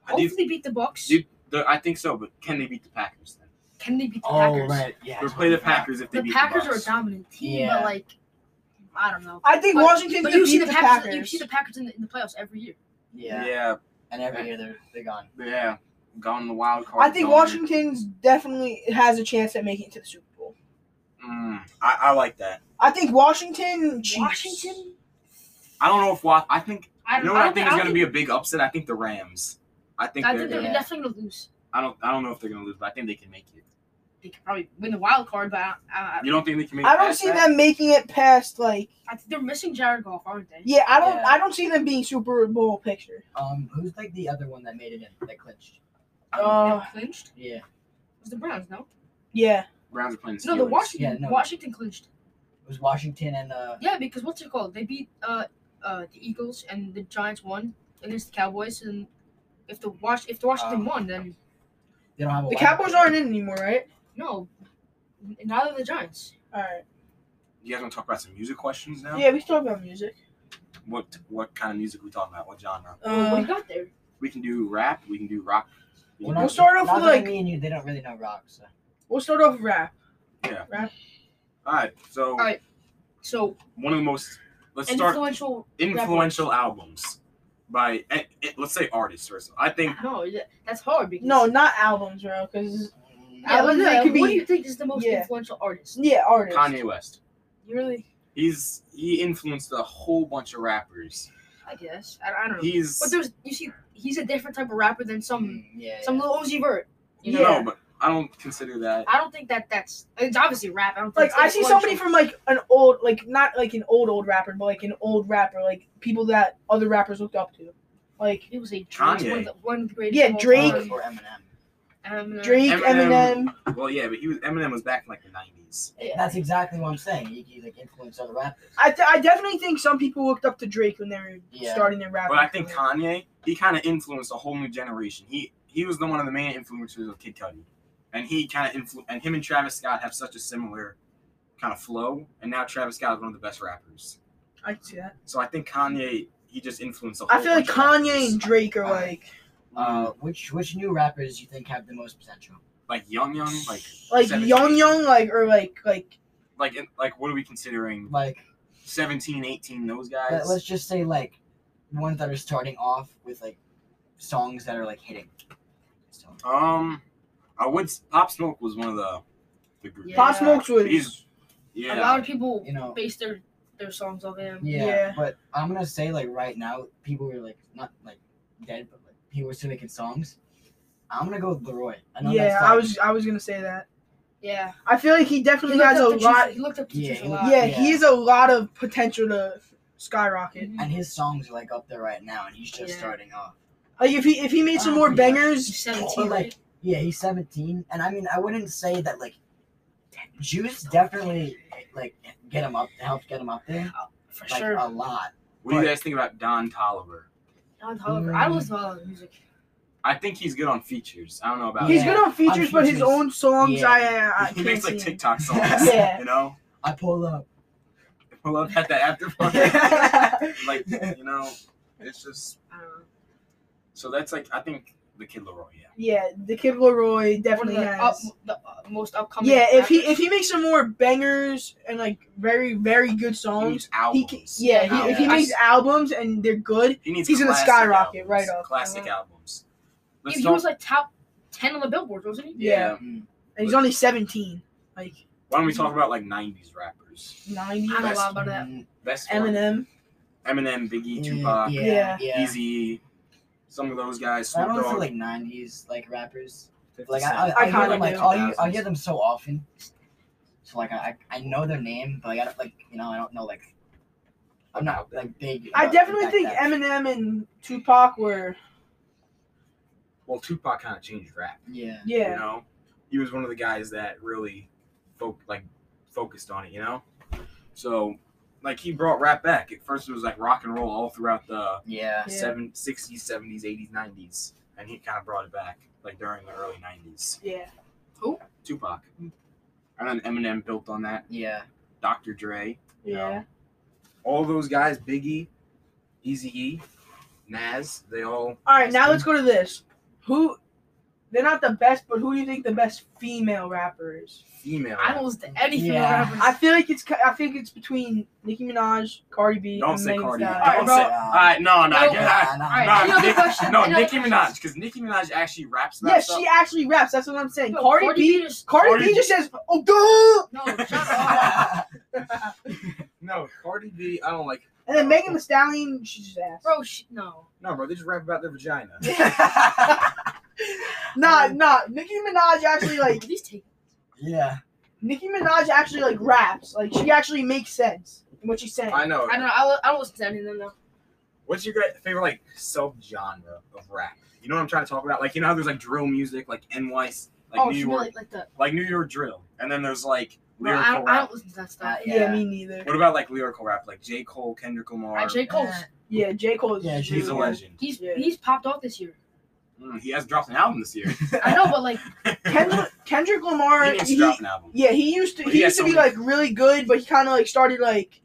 B: I do-
D: hopefully beat the Bucks.
B: do- The- I think so, but can they beat the Packers then?
D: Can they beat the
C: Oh
D: Packers?
C: right, yeah.
B: Or play the Packers if they
D: The
B: beat
D: Packers
B: the
D: are a
B: Bucks.
D: dominant team,
C: Yeah.
D: but like I don't know.
A: I think
D: But-
A: Washington's
D: but
A: gonna
D: you see
A: beat
D: the,
A: the
D: Packers, You
A: Packers.
D: see the Packers in the, in the playoffs every year.
C: Yeah.
B: yeah,
C: and every year they're they're gone.
B: yeah. Gone in the wild card.
A: I think
B: gone.
A: Washington's definitely has a chance at making it to the Super Bowl.
B: Mm, I, I like that.
A: I think Washington. Chiefs.
D: Washington.
B: I don't know if Wa- I think
D: I
B: you
D: don't
B: know what I
D: don't
B: think is going to
D: don't
B: be a big upset. I think the Rams. I think
D: I
B: they're.
D: think they're
B: gonna,
C: yeah.
D: definitely gonna lose.
B: I don't. I don't know if they're going to lose, but I think they can make it.
D: They could probably win the wild card, but I, I,
B: You don't think they can make? it
A: I don't
B: past
A: see
B: that?
A: them making it past like.
D: I think they're missing Jared Goff, aren't they?
A: Yeah, I don't.
C: Yeah.
A: I don't see them being Super Bowl picture.
C: Um, who's like the other one that made it in that clinched?
A: Uh,
D: They clinched.
C: Yeah.
D: It was the Browns? No.
A: yeah.
B: Browns are playing. The
D: No, the
B: Steelers.
D: Washington.
C: Yeah, no.
D: Washington clinched.
C: It was Washington and uh.
D: Yeah, because what's it called? They beat uh uh the Eagles and the Giants won against the Cowboys, and if the Wash if the Washington
C: Um,
B: Uh,
D: won, then
C: They don't have a
A: The
C: wild
A: Cowboys
C: card.
A: aren't in anymore, right?
D: no, n- neither the Giants.
A: All right.
B: You guys want to talk about some music questions now?
A: Yeah, we still about music.
B: What what kind of music we talking about? What genre?
D: what do
A: Uh,
D: you got there?
B: We can do rap. We can do rock. We can
C: Well,
B: do-
A: We'll start off
C: now
A: with,
C: that
A: like-
C: me and you. They don't really know rock, so
A: We'll start off with rap.
B: All right. So
D: All right. So
B: one of the most let's start
D: influential.
B: influential albums by eh, eh, let's say artists first. I think
D: No, yeah, that's hard because
A: No, not albums, bro. Because
D: Yeah,
A: albums,
D: but,
A: it
D: uh,
A: could be-
D: What do you think is the most
A: yeah.
D: influential artist?
A: yeah, artists.
B: Kanye West.
A: You really?
B: He's he influenced a whole bunch of rappers.
D: I guess I, I don't know.
B: He's
D: But there's you see, he's a different type of rapper than some
C: Mm, yeah,
D: some
C: yeah.
D: little Uzi Vert. You know?
A: Yeah.
B: no, but I don't consider that.
D: I don't think that that's it's obviously rap. I don't think
A: Like I
D: it's
A: see somebody
D: influential.
A: from like an old, like not like an old old rapper, but like an old rapper, like people that other rappers looked up to, like
D: It was a Drake's
B: Kanye.
D: one of the, one of the greatest.
A: Yeah,
D: of all
A: Drake.
D: time.
C: or, or Eminem.
D: Um,
A: Drake,
B: Eminem.
A: Eminem.
B: Well, yeah, but he was Eminem was back in like the nineties.
D: Yeah.
C: That's exactly what I'm saying. You can like influence other rappers.
A: I, th- I definitely think some people looked up to Drake when they were
C: Yeah.
A: starting their rap.
B: But I think Kanye he kind of influenced a whole new generation. He he was the one of the main influencers of Kid Cudi, and he kind of influ- and him and Travis Scott have such a similar kind of flow. And now Travis Scott is one of the best rappers.
A: I can see that.
B: So I think Kanye, he just influenced. A whole
A: I feel like
B: bunch of
A: Kanye
B: rappers.
A: and Drake are
C: Uh,
A: like
C: Uh, which which new rappers do you think have the most potential?
B: like Young Young, like
A: like
B: 17.
A: young young like or like like
B: like in- like what are we considering?
C: Like
B: 17, 18, those guys.
C: let, us just say like ones that are starting off with like songs that are like hitting. So,
B: Um, I would s- Pop Smoke was one of the the group.
A: Pop
D: Yeah.
A: Smoke's was
B: He's yeah.
D: A lot of people
C: you know,
D: base their their songs off him.
C: yeah,
A: Yeah.
C: But I'm gonna say like right now, people are like not like dead, but like people are still making songs. I'm gonna go with Leroy. I know
A: yeah.
C: that's,
A: I
C: like-
A: was I was gonna say that.
D: Yeah.
A: I feel like he
D: He
A: definitely
D: looked,
A: has a
D: up to Juice-
A: lot.
D: he looked up to
C: Yeah,
D: Juice
C: he
D: a
C: looked-
D: lot.
A: Yeah,
C: Yeah.
A: he has a lot of potential to skyrocket.
C: and his songs are like up there right now, and he's just
D: Yeah.
C: starting off.
A: Like if he if he made some more
C: Um, yeah.
D: He's
A: bangers,
D: 17,
C: But, like,
D: right?
C: Yeah, he's 17, and I mean, I wouldn't say that like Juice definitely like get him up, helped get him up there
D: For
C: like
D: sure.
C: a lot.
B: what do you guys think about Don Tolliver?
D: Don Toliver. I
C: Mm.
D: listen to all of his music.
B: I think he's good on features. I don't know about.
A: he's
C: Yeah.
A: good on features, but his
C: features.
A: own songs
C: Yeah.
A: I I, I
B: he
A: can't
B: makes like
A: see.
B: TikTok songs.
A: Yeah.
B: You know,
C: I pull up.
B: I love at the after party.
C: yeah,
B: like you know, it's just
D: I don't know.
B: so that's like I think the Kid Leroy. Yeah.
A: Yeah, the Kid Leroy definitely
D: One of the,
A: has.
D: up, the uh, most upcoming.
A: yeah, if he if
D: rappers.
A: he makes some more bangers and like very very good songs,
B: Huge albums.
A: Um, he can, yeah, he, if he
B: Albums.
A: makes albums and they're good,
B: He needs
A: He's gonna
B: classic
A: skyrocket
B: albums,
A: right off.
B: Classic
A: Uh-huh.
B: albums. Let's
D: Dude, he
B: don't-
D: was like top ten on the Billboard, wasn't he?
B: yeah.
C: mm,
A: and he's only seventeen, like
B: Why don't we talk about like '90s rappers?
A: ninety.
D: I don't
B: Best.
D: know about that.
B: Best one.
A: Eminem.
B: Eminem, Biggie, Tupac,
C: mm, yeah,
A: Yeah.
C: yeah.
B: Easy, some of those guys.
C: I
B: Snoop
C: don't feel
B: Dogg.
C: like '90s like rappers.
B: 50
C: Like I,
B: Cent.
C: I, I hear
A: Iconic
C: them like
A: dude.
C: all you, I hear them so often. So like I, I I know their name, but like, I don't like you know I don't know like I'm not like big.
A: I
C: about-
A: definitely
C: like
A: think
C: that.
A: Eminem and Tupac were
B: Well, Tupac kind of changed rap.
C: Yeah.
B: You
A: yeah.
B: know, he was one of the guys that really, fo- like, focused on it. You know, so like he brought rap back. At first, it was like rock and roll all throughout the
C: Yeah.
A: Yeah.
B: seven, 60s, 70s, 80s, 90s, and he kind of brought it back like during the early 90s.
A: Yeah.
B: Tupac, and then Eminem built on that.
C: Yeah.
B: Dr. Dre. you know.
A: Yeah.
B: All those guys, Biggie, Easy E, Nas, they all
A: All right, now let's go to this. Who? They're not the best, but who do you think the best female rapper is?
B: female.
D: I don't listen to any female
C: Yeah.
D: rappers.
A: I feel like it's ca- I think it's between Nicki Minaj, Cardi B,
B: Don't
A: and
B: say
A: Megan
B: Cardi.
A: Thee
B: Don't
A: Stallion.
D: Alright, bro.
B: say. All right, no, no,
D: No,
B: get out.
C: Nah, nah,
D: Alright,
B: No,
C: nah.
D: another
B: Nick-
D: question,
B: no,
D: another
B: Nicki Minaj,
D: question.
B: because Nicki Minaj actually raps that
A: Yeah,
B: stuff.
A: she actually raps. That's what I'm saying.
D: Yo,
A: Cardi,
D: Cardi
A: B,
D: B is-
A: Cardi,
B: Cardi
A: B just says, "Oh, duh!"
D: No, shut up.
B: no, Cardi B, I don't like.
A: And then Megan Thee Stallion, she's just ass.
D: Bro, sh- no.
B: No, bro, they just rap about their vagina.
A: Nah, nah. Nicki Minaj actually like
D: These take
C: yeah.
A: Nicki Minaj actually like raps. Like she actually makes sense in what she's saying.
B: I know.
D: I don't know. I, li- I don't listen to any of them though.
B: What's your great- favorite like sub genre of rap? You know what I'm trying to talk about? Like you know how there's like drill music, like NY, like
D: oh,
B: New
D: she
B: York,
D: like like the.
B: like New York drill, and then there's like
D: Bro, I,
B: lyrical
D: don't, I
B: rap.
D: don't listen to that
C: Uh,
D: stuff.
A: yeah. me neither.
B: What about like lyrical rap, like J. Cole, Kendrick Lamar?
D: Alright, J Cole's
A: Yeah, J Cole. Is
C: Yeah, J.
B: He's a
C: Cole.
B: legend.
D: he's
A: Yeah.
D: he's popped off this year.
B: Mm, he has dropped an album this year.
D: I know, but like
A: Kendrick, Kendrick Lamar.
B: he
A: He
B: needs to drop an album.
A: yeah, he used to
B: But
A: he,
B: he has
A: used to be
B: so many-
A: like really good, but he kind of like started like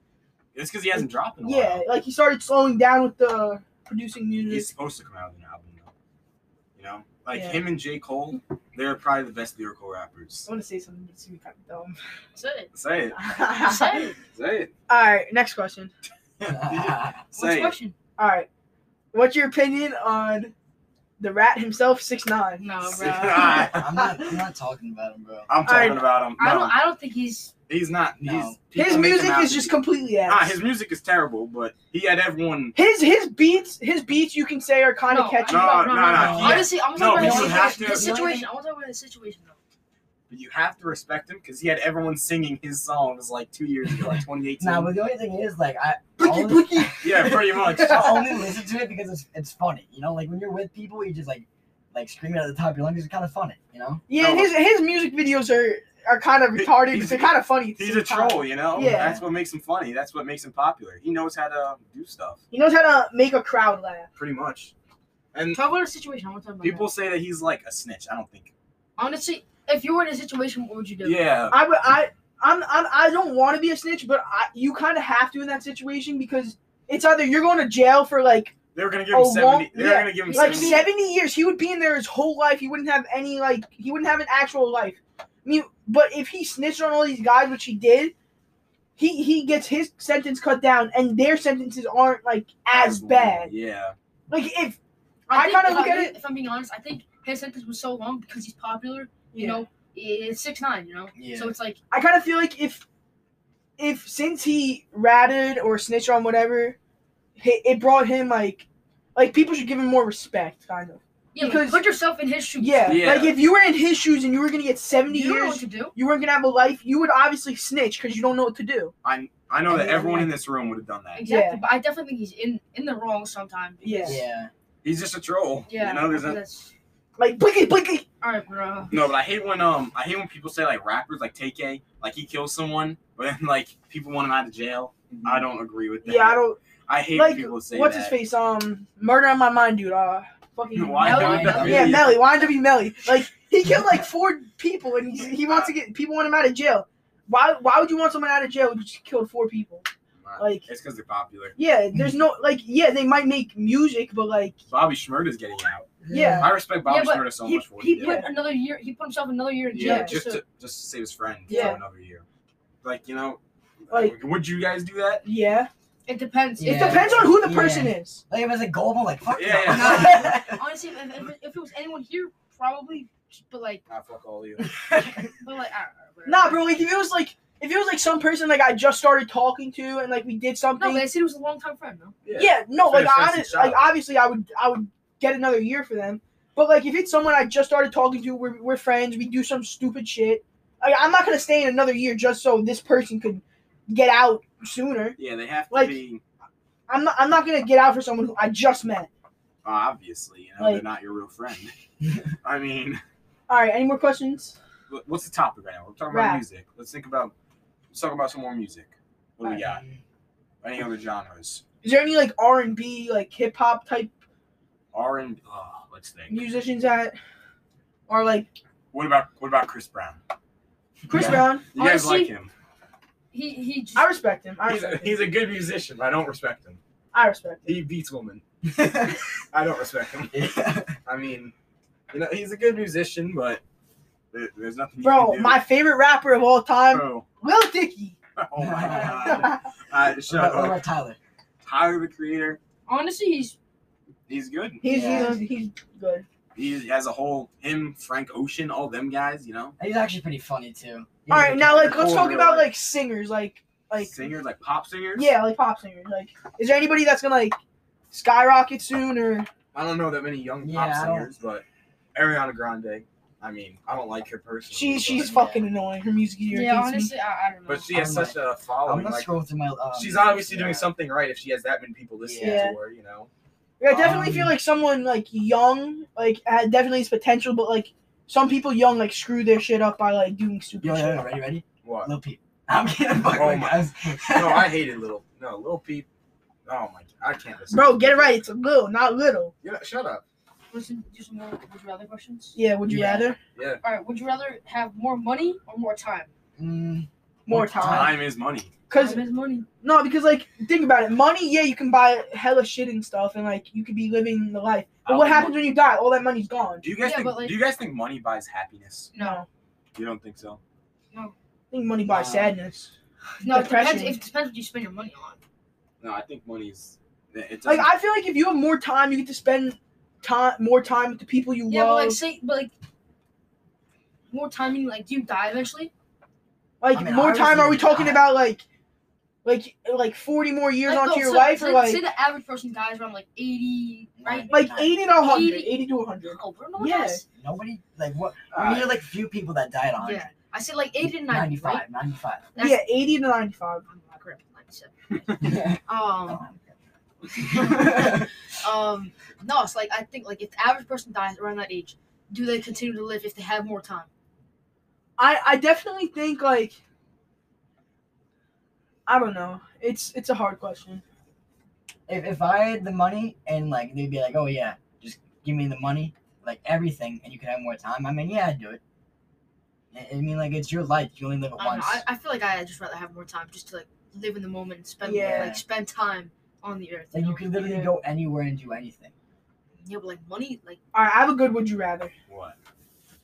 B: It's because he hasn't dropped in a
A: yeah,
B: while.
A: like he started slowing down with the producing music.
B: He's supposed to come out with an album. Though. Like
A: Yeah.
B: him and J. Cole, they're probably the best lyrical rappers.
A: I want to say something that's gonna be kind of dumb.
D: Say it.
B: Say it.
D: Say it.
B: Say it.
A: All right, next question.
D: What's
B: Say it.
D: question?
A: All right, what's your opinion on the rat himself, six nine?
D: No,
B: Say
D: bro. I
B: it.
C: I'm not. I'm not talking about him, bro.
B: I'm
A: All right.
B: talking about him. No,
D: don't. I don't think he's.
B: he's not.
C: No.
B: He's,
A: His
B: people make him
A: music
B: out
A: is
B: to
A: just
B: be-
A: completely ass.
B: Nah, his music is terrible, but he had everyone.
A: his his beats, his beats, you can say are kind of
D: no,
A: catchy.
B: No,
D: No,
B: no,
D: no, no,
B: no,
A: he-
D: Honestly,
B: no,
D: I'm talking
B: but
D: about
B: you
D: the
B: have
D: situation.
B: to-
D: The situation. I'm talking about the situation though.
B: But you have to respect him because he had everyone singing his songs like two years ago, like 2018.
C: Nah, but the only thing is, like, I
A: Blicky,
C: only,
A: blicky.
B: yeah, pretty much.
C: I
A: Oh,
C: only listen to it because it's it's funny. You know, like when you're with people, you just like like screaming at the top of your lungs. It's kind of funny. You know.
A: Yeah,
B: No.
A: his his music videos are are kind of
B: He-
A: retarded.
B: he's-
A: They're kind of funny. at the
B: He's
A: same
B: a
A: time.
B: troll, you know.
A: Yeah.
B: That's what makes him funny. That's what makes him popular. He knows how to do stuff,
A: He knows how to make a crowd laugh.
B: pretty much. And
D: Talk about the situation. I'm talking about.
B: people say that he's like a snitch. I don't think.
D: That. Honestly, if you were in a situation, what would you do?
B: Yeah.
A: I would I I'm, I'm I don't want to be a snitch, but I you kind of have to in that situation because it's either you're going to jail for like
B: They were gonna give
A: A
B: him
A: long-
B: seventy. They were
A: yeah,
B: gonna give him
D: He's
A: like
B: seventy.
A: seventy years. He would be in there his whole life. He wouldn't have any like he wouldn't have an actual life. I mean, but if he snitched on all these guys, which he did. He, he gets his sentence cut down and their sentences aren't like as
B: long.
A: bad.
B: Yeah.
A: Like if I
D: think
A: kinda
D: if
A: look at
D: being-
A: it-
D: If I'm being honest, I think his sentence was so long because he's popular. You know, it's six nine. You know,
C: Yeah.
D: so it's like
A: I kind of feel like if if since he ratted or snitched on whatever, hi- it brought him like like people should give him more respect, kind of.
D: yeah, like,
A: Because-
D: put yourself in his shoes.
A: Yeah,
B: Yeah.
A: like if you were in his shoes and you were gonna get seventy
D: you don't know what
A: years,
D: to do.
A: you weren't gonna have a life. You would obviously snitch because you don't know what to do.
B: I know
C: And
B: that
C: the other
B: everyone
C: one-
B: in this room would have done that.
D: Exactly,
A: Yeah.
D: but I definitely think he's in in the wrong sometime.
A: Yeah,
C: Yeah.
B: He's just a troll.
D: Yeah,
B: You know, there's
D: I think
B: no.
D: that's
A: like blinky blinky.
D: all right, bro.
B: No, but I hate when um I hate when people say like rappers like TK like he kills someone, but then like people want him out of jail. I don't agree with that.
A: Mm-hmm. Yeah, I don't
B: I hate
A: like.
B: when people say
A: What's
B: that.
A: his face? Um, murder on my mind, dude. Uh, fucking.
B: Why
D: Melly,
B: don't
D: Melly.
A: Yeah,
B: you-
A: Melly. Why to be Melly? Like he killed like four people, and he's, he wants to get people want him out of jail. Why? Why would you want someone out of jail who just killed four people? Like,
B: it's because they're popular.
A: yeah, there's no like, yeah, they might make music, but like,
B: Bobby Schmurda's getting out.
A: Yeah.
B: I respect Bobby
D: Yeah, but
B: Schmurda so
D: he
B: much for what
D: he
B: he,
D: put
B: did.
D: another year. He put himself another year in jail.
B: Yeah,
A: Yeah,
B: just
D: so-
B: to just to save his friend
A: Yeah.
B: for another year. Like you know,
A: Like-
B: would you guys do that?
A: yeah,
D: it depends.
C: Yeah.
A: it depends on who the person is.
C: Like if it's a gold, I'm like fuck.
B: Yeah,
C: no.
A: yeah.
D: Honestly, if, if, if it was anyone here, probably. But like,
B: Ah, fuck all you.
D: but like, I don't know,
A: Nah, bro, like if it was like if it was like some person like I just started talking to and like we did something,
D: No, but I said it was a long time friend. No.
A: yeah. no,
B: Fair
A: like
B: face and
A: honest,
B: shout.
A: like obviously I would I would get another year for them, but like if it's someone I just started talking to, we're we're friends, we do some stupid shit. Like, I'm not gonna stay in another year just so this person could get out sooner.
B: Yeah, they have to
A: Like-
B: be
A: I'm not I'm not gonna get out for someone who I just met.
B: obviously. You know,
A: Like-
B: they're not your real friend. I mean,
A: All right, any more questions?
B: wh- what's the topic right now? We're talking
A: Rap.
B: about music. Let's think about. Let's talk about some more music. What do we got? Any other genres?
A: Is there any like R and B like hip hop type
B: R and oh, let's think.
A: musicians that are like
B: What about what about Chris Brown?
A: Chris
B: Yeah.
A: Brown?
B: You guys
D: Honestly,
B: like him?
D: He he. Just,
A: I respect him. I
B: He's a,
A: respect him.
B: he's a good musician, but I don't respect him.
A: I respect him.
B: He beats women. I don't respect him. I mean, you know, he's a good musician, but there, there's nothing. you
A: Bro,
B: can do.
A: my favorite rapper of all time,
B: Bro.
A: Will Dickey.
B: Oh my god!
A: I
B: Uh, shut up.
C: What about Tyler?
B: Tyler the Creator,
D: honestly, he's
B: he's good.
A: He's
C: Yeah.
A: he's, he's good.
B: He as a whole, him, Frank Ocean, all them guys, you know,
C: He's actually pretty funny too.
A: All right, now like let's
B: Cool,
A: talk
B: real
A: about
B: life.
A: like singers, like like
B: singers like pop singers.
A: yeah, like pop singers. Like, is there anybody that's gonna like skyrocket soon or
B: I don't know that many young
C: Yeah,
B: pop
C: I don't-
B: singers, but Ariana Grande. I mean, I don't like her personally.
A: she
B: but,
A: she's
C: Yeah.
A: fucking annoying. Her music is
D: yeah.
A: irritates me.
D: Honestly, I, I don't know.
B: but she has
C: I'm
B: such a
C: I'm
B: following.
C: gonna
B: Like,
C: scroll through my. Um,
B: Oh, she's obviously doing
C: yeah.
B: something right if she has that many people listening
A: Yeah.
B: to her. You know,
A: Yeah, I definitely
C: Um,
A: feel like someone like young, like had definitely its potential, but like some people young like screw their shit up by like doing stupid
C: Yo, yo,
A: shit.
C: yo, ready, ready?
B: what?
C: Lil Peep. I'm kidding. Fuck
B: Oh
C: with
B: my-
C: guys.
B: no, I hated little. No, little peep. Oh my, I can't listen.
A: Bro, get it right. It's a little, not little.
B: You know, shut up.
D: Listen, do some more. Would you rather questions?
A: Yeah, would you
C: Yeah.
A: rather?
B: Yeah.
D: All right. Would you rather have more money or more time?
C: Mm,
A: more time.
B: Time is money.
A: Because
D: Time is money.
A: No, because like think about it. Money, yeah, you can buy hella shit and stuff, and like you could be living the life. But
B: I
A: what
B: would
A: happens
B: love-
A: when you die? All that money's gone.
B: Do you guys
D: Yeah,
B: think?
D: but, like-
B: do you guys think money buys happiness?
D: No,
B: You don't think so?
A: I think money buys
C: Wow.
A: sadness.
D: no. It
A: Depression.
D: depends. It depends what you spend your money on.
B: No, I think money is. It doesn't,
A: Like I feel like if you have more time, you get to spend time more time with the people you
D: Yeah, but
A: love.
D: like say, but like more timing. Like, do you die eventually?
A: like
C: I mean,
A: more
C: I was
A: time. Are we
C: thinking
A: talking
C: that.
A: about like, like like forty more years
D: Like,
A: onto
D: no,
A: your
D: say-
A: life,
D: say,
A: or like
D: say the average person dies around like eighty, right?
A: like
C: Nine.
A: eighty to 100, 80,
D: 80.
A: to one hundred?
D: No, bro, no one
A: Yeah.
D: dies.
C: Nobody like what?
B: All
C: we
B: right.
C: know like few people that died on
D: Uh, Yeah, I said like eighty to ninety,
C: 95,
D: right?
C: 95.
D: That's-
A: Yeah, eighty to ninety-five.
D: I'm not correct. Ninety-seven.
C: Yeah.
D: Um. Um, no, it's like I think like if the average person dies around that age, do they continue to live if they have more time?
A: I I definitely think like I don't know. It's it's a hard question.
C: if, if I had the money and like they'd be like, oh yeah, just give me the money, like everything, and you could have more time. I mean, yeah, I'd do it. I- I mean, like it's your life. You only live it
D: I don't know.
C: once.
D: I, I feel like I would just rather have more time just to like live in the moment and spend
A: Yeah.
D: like spend time on the earth.
C: Like
D: know?
C: you could literally
A: Yeah.
C: go anywhere and do anything.
D: Yeah, but like money, like
A: All right, I have a good would you rather.
B: What?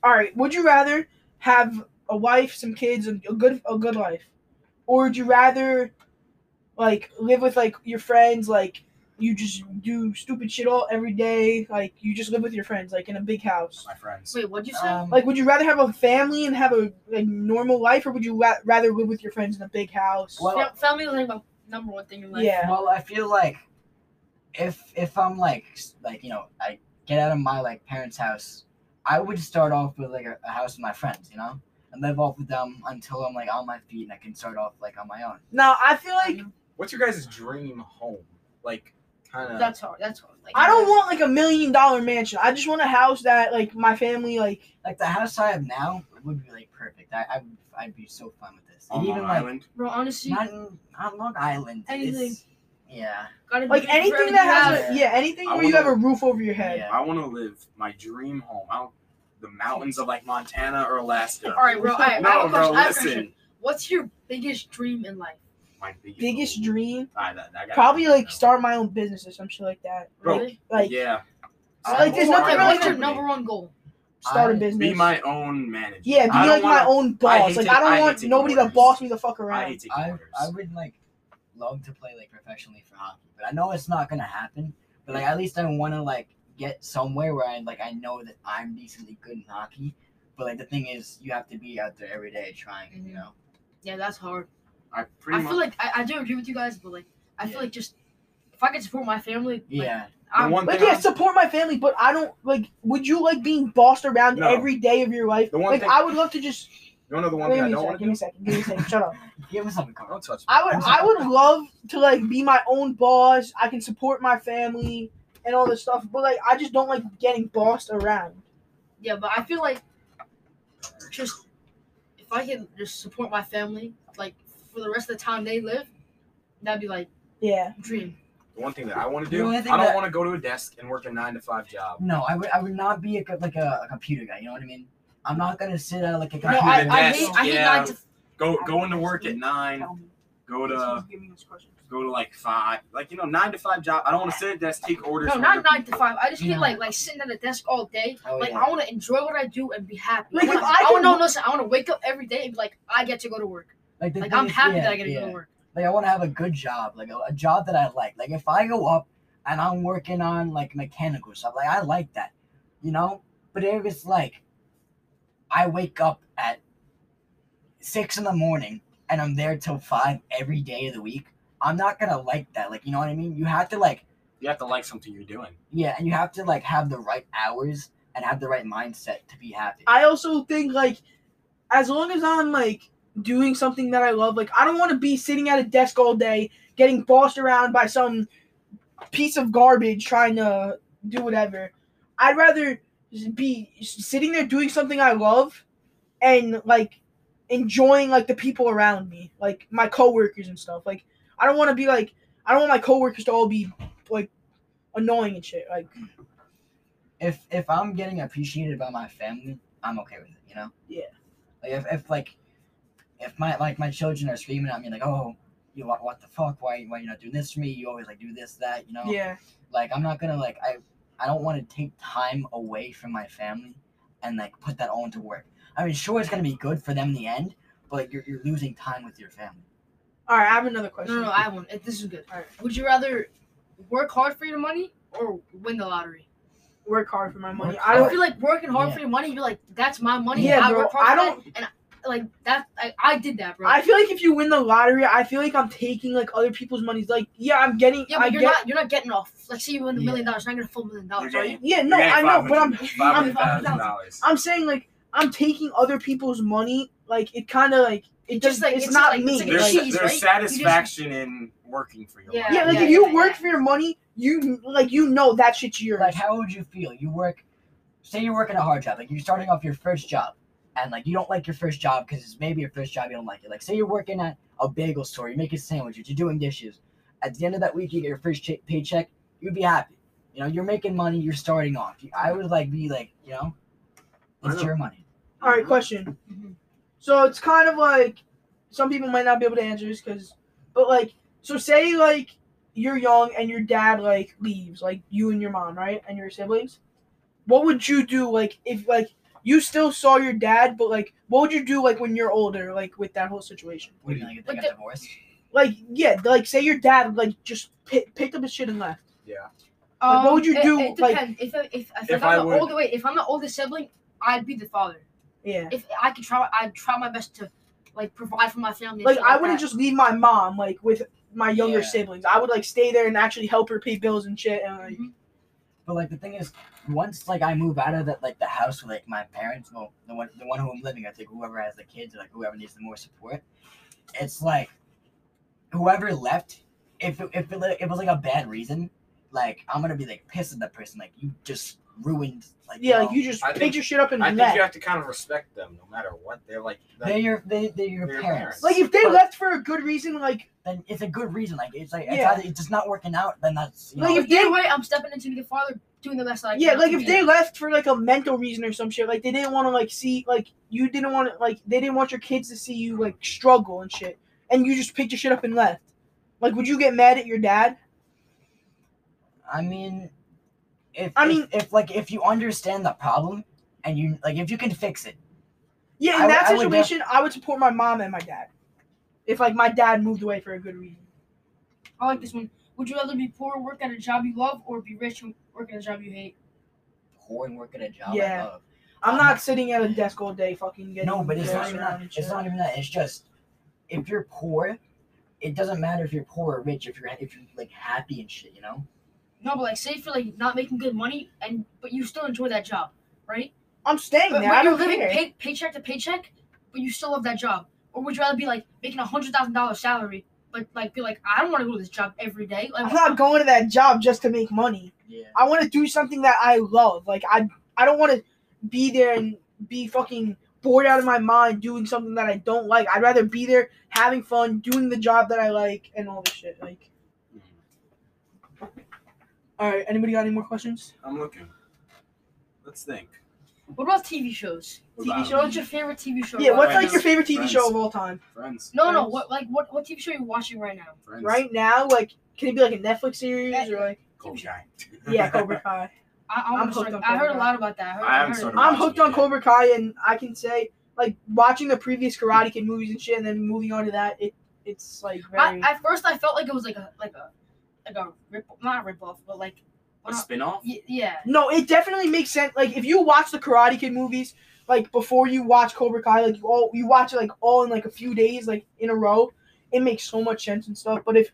A: All right, would you rather have a wife, some kids, and a good a good life, or would you rather like live with like your friends, like you just do stupid shit all every day, like you just live with your friends, like in a big house?
B: My friends.
D: wait, what'd you say?
C: Um,
A: Like, would you rather have a family and have a like normal life, or would you ra- rather live with your friends in a big house?
C: Well-
D: Fam- family is like my number one thing in life.
A: Yeah.
C: Well, I feel like if if I'm like s- like you know I get out of my like parents' house, I would start off with like a, a house with my friends, you know, and live off with them until I'm like on my feet and I can start off like on my own.
A: Now, I feel like
B: What's your guys' dream home? Like, kind of.
D: That's hard. That's hard. Like
A: I don't want like a million dollar mansion. I just want a house that like my family like.
C: Like the house I have now would be like perfect. I, I would I'd be so fun with this.
B: On
C: And
B: Long
C: even like
B: Island.
D: bro. Honestly,
C: not in, not Long Island.
D: Anything.
C: It's, yeah.
D: gotta be
A: Like
D: for
A: anything
D: everything
A: that
D: you
A: has
D: have.
A: a, yeah, anything
B: I
A: where you have
B: wanna-
A: a roof over your head.
C: Yeah.
B: I want to live my dream home out the mountains of like Montana or Alaska.
D: All right, bro. all right, I
B: No,
D: have a
B: bro.
D: question. I have a question.
B: Listen,
D: What's your biggest dream in life?
B: my biggest,
A: Biggest dream,
B: I, that, I got
A: probably like start my own business or some shit like that.
B: Bro,
D: Really?
A: Like
B: yeah.
A: I like this, there's
D: What's your-
A: nothing really
D: What's your
A: to-
D: number one goal?
A: start a
C: I-
A: business.
B: Be my own manager.
A: yeah,
B: I
A: be like
B: don't
A: my
B: wanna-
A: own boss.
B: hate
A: Like
B: taking-
A: I don't
B: I hate
A: want
B: taking
A: nobody to
B: orders.
A: boss me the fuck
B: I
A: around.
B: hate taking
C: I
B: orders.
C: I would like love to play like professionally for hockey, but I know it's not gonna happen. But like at least I want to like get somewhere where I like I know that I'm decently good in hockey. But like the thing is, you have to be out there every day trying. You
D: Mhm.
C: know.
D: Yeah, that's hard.
B: I pretty
D: I
B: much.
D: feel like I, I do agree with you guys, but like I
C: Yeah.
D: feel like just if I could support my family, like,
C: Yeah.
D: I'm,
B: one
A: Like
B: thing
A: yeah, support my family, but I don't like. Would you like being bossed around
B: No.
A: every day of your life?
B: The one
A: like
B: thing-
A: I would love to just.
B: you wanna know the one
A: wait
B: thing I
A: a
B: don't
A: second,
B: want to
A: give me
B: do?
A: a second. Give me a second. Shut up.
C: Give me something, Carl.
B: Don't touch me.
A: I would I would love to like be my own boss. I can support my family and all this stuff, but like I just don't like getting bossed around.
D: yeah, but I feel like just if I can just support my family, like for the rest of the time they live, that'd be like
A: Yeah.
D: dream.
B: The one thing that I want to
C: The
B: do,
C: only
B: I
C: thing
B: don't
C: that-
B: want to go to a desk and work a nine to five job.
C: No, I would I would not be a, co- like a, a computer guy. You know what I mean? I'm not gonna sit at like a
A: No,
C: computer.
A: I-
B: Computer
A: I
B: desk,
A: hate-
D: I hate
B: yeah.
D: nine to
B: Go go into work at nine. Go to go to like five. Like you know nine to five job. I don't want to sit at desk take orders.
D: no,
B: from
D: not
B: other
D: nine to five. I just hate
C: No.
D: like like sitting at a desk all day.
C: Oh,
D: Like
C: yeah.
D: I want to enjoy what I do and be happy.
A: Like,
D: I want
A: if I
D: I want
A: could-
D: to listen. I want to wake up every day and be like I get to go to work.
C: Like, the
D: Like
C: thing
D: I'm
C: is-
D: happy
C: yeah,
D: that I get to go
C: yeah.
D: to work.
C: Like I want to have a good job, like a, a job that I like. Like if I go up and I'm working on like mechanical stuff, like I like that, you know. But if it's like I wake up at six in the morning and I'm there till five every day of the week, I'm not gonna like that. Like you know what I mean? You have to like
B: people. You have to like something you're doing.
C: yeah, and you have to like have the right hours and have the right mindset to be happy.
A: I also think like as long as I'm like doing something that I love, like I don't want to be sitting at a desk all day getting bossed around by some piece of garbage trying to do whatever. I'd rather just be sitting there doing something I love and like enjoying like the people around me, like my coworkers and stuff. Like I don't want to be like I don't want my coworkers to all be like annoying and shit. Like
C: if if I'm getting appreciated by my family, I'm okay with it, you know?
A: Yeah.
C: Like if, if like if my like my children are screaming at me like, oh, you what, what the fuck? Why why you not doing this for me? You always like do this that you know.
A: Yeah.
C: Like I'm not gonna like I I don't want to take time away from my family and like put that all into work. I mean, sure it's gonna be good for them in the end, but like, you're you're losing time with your family.
A: All right, I have another
D: No,
A: question.
D: no, no, I have one. This is good. Would you rather work hard for your money or win the lottery?
A: Work hard for my money.
C: Work
A: I
D: I
A: don't.
D: feel like working hard
C: Yeah.
D: for your money. You're like, that's my money.
A: Yeah,
D: I
A: bro,
D: work hard
A: I
D: for that, and I, like that. I, I did that, bro.
A: I feel like if you win the lottery, I feel like I'm taking like other people's money. Like, yeah, I'm getting.
D: yeah,
A: I
D: but you're
A: get,
D: not. You're not getting off. Like, say you win a million
C: Yeah.
D: dollars, you're not getting a full million dollars.
B: You're
D: right?
B: getting-
A: Yeah, no, I know, but I'm.
B: five
A: I'm
B: hundred thousand dollars.
A: I'm saying like I'm taking other people's money. Like it kind of like it
D: It's just
A: just
D: like-
A: it's,
D: it's
A: not
D: like- it's
A: me.
D: like a
B: There's,
D: cheese,
B: there's
D: right? You just-
B: satisfaction in working for your
D: Yeah.
B: life.
A: yeah, like
D: yeah,
A: if you
D: yeah,
A: work
D: yeah.
A: for your money, you like you know that shit's yours.
C: Like, how would you feel? You work, say you're working a hard job, like you're starting off your first job, and like you don't like your first job because it's maybe your first job you don't like it. Like, say you're working at a bagel store, you're making sandwiches, you're doing dishes. At the end of that week, you get your first che- paycheck, you'd be happy. You know, you're making money, you're starting off. You- I would like be like, you know,
B: I
C: it's
B: know.
C: your money.
A: All right, question.
D: Mhm.
A: So it's kind of like some people might not be able to answer this because, but like, so say like you're young and your dad like leaves, like you and your mom, right, and your siblings. What would you do like if like you still saw your dad, but like what would you do like when you're older, like with that whole situation?
C: What do you mean, like if they
D: But
C: got
D: the-
C: divorced?
A: Like yeah, like say your dad like just pi- picked up his shit and left. Like, what
D: Um,
A: would you
D: it-
A: do,
D: It,
A: like-
D: depends. if if, if, if,
B: If I
D: I'm the
B: would-
D: older, wait, if I'm the older sibling, I'd be the father.
A: Yeah.
D: If I could try, I'd try my best to like provide for my family. and
A: Like
D: shit
A: I wouldn't
D: that.
A: just leave my mom like with my younger
C: Yeah.
A: siblings. I would like stay there and actually help her pay bills and shit and like
D: Mhm.
C: But like the thing is, once like I move out of that like the house with like my parents, well the one the one who I'm living with, like whoever has the kids, or, like whoever needs the more support, it's like whoever left, if it, if it, like, it was like a bad reason, like I'm gonna be like pissed at that person, like you just ruined like
A: yeah, like
C: know,
A: you just
B: I
A: picked
B: think-
A: your shit up and
B: I think
A: left.
B: you have to kind of respect them no matter what. They're like,
C: they're your they they're your
B: They're your
C: parents.
B: parents.
A: Like if they
C: But
A: left for a good reason, like
C: then it's a good reason. Like it's like it's
A: Yeah.
C: either it's just not working out, then that's you
A: Like,
C: know,
A: if-
D: Either way, I'm stepping into the father, doing the best I can.
A: yeah, like
D: to
A: if
D: be.
A: they left for like a mental reason or some shit, like they didn't want to like see like you didn't want to like they didn't want your kids to see you like struggle and shit, and you just picked your shit up and left. Like, would you get mad at your dad?
C: I mean, if
A: I
C: if-
A: mean-
C: if like if you understand the problem and you like if you can fix it.
A: Yeah, in
C: I would-
A: that
C: I would def-
A: situation, I would, support my mom and my dad. If like my dad moved away for a good reason,
D: I like this one. Would you rather be poor and work at a job you love, or be rich and work at a job you hate?
C: poor and work at a job
A: Yeah.
C: I love.
A: I'm
C: I'm
A: not
C: not-
A: sitting at a desk all day fucking getting.
C: No, but it's not
A: carried
C: even
A: around
C: that.
A: and
C: It's
A: shit.
C: not even that. It's just if you're poor, it doesn't matter if you're poor or rich. If you're if you're like happy and shit, you know.
D: No, but like, say if you're like not making good money, and but you still enjoy that job, right?
A: I'm staying
D: But
A: there. I
D: when you're
A: don't
D: living
A: care.
D: pay- paycheck to paycheck, but you still love that job, or would you rather be like making a hundred thousand dollar salary, but like be like, I don't want to go to this job every day. Like,
A: I'm not going to that job just to make money.
C: Yeah.
A: I want to do something that I love. Like I I don't want to be there and be fucking bored out of my mind doing something that I don't like. I'd rather be there having fun, doing the job that I like, and all this shit. Like,
B: Mm-hmm.
A: all right, anybody got any more questions?
B: I'm looking. Let's think.
D: What about TV shows?
B: What
D: TV
B: about-
D: show. What's your favorite TV show?
A: Yeah,
D: right
A: what's
D: now?
A: like your favorite TV
B: Friends.
A: show of all time
B: Friends.
D: No, no. What like what what TV show are you watching right now?
B: Friends.
A: right now? Like, can it be like a Netflix series or like
B: Cool guy.
A: yeah, Cobra Kai?
D: I, I,
A: I'm
D: wanna
A: hooked
D: start-
A: on
D: I
A: Cobra
D: heard a
A: Kai.
D: lot about that. I heard,
B: I haven't
D: heard
B: started
D: about
A: I'm
B: watching
A: hooked
B: it
A: on
B: yet.
A: Cobra Kai, and I can say like watching the previous Karate Kid movies and shit, and then moving on to that, it it's like
D: I,
A: very.
D: at first, I felt like it was like a like a like a rip not a rip off, but like
B: A spin-off?
D: y- yeah.
A: No, it definitely makes sense. Like if you watch the Karate Kid movies, like before you watch Cobra Kai, like you all you watch it like all in like a few days, like in a row, it makes so much sense and stuff. But if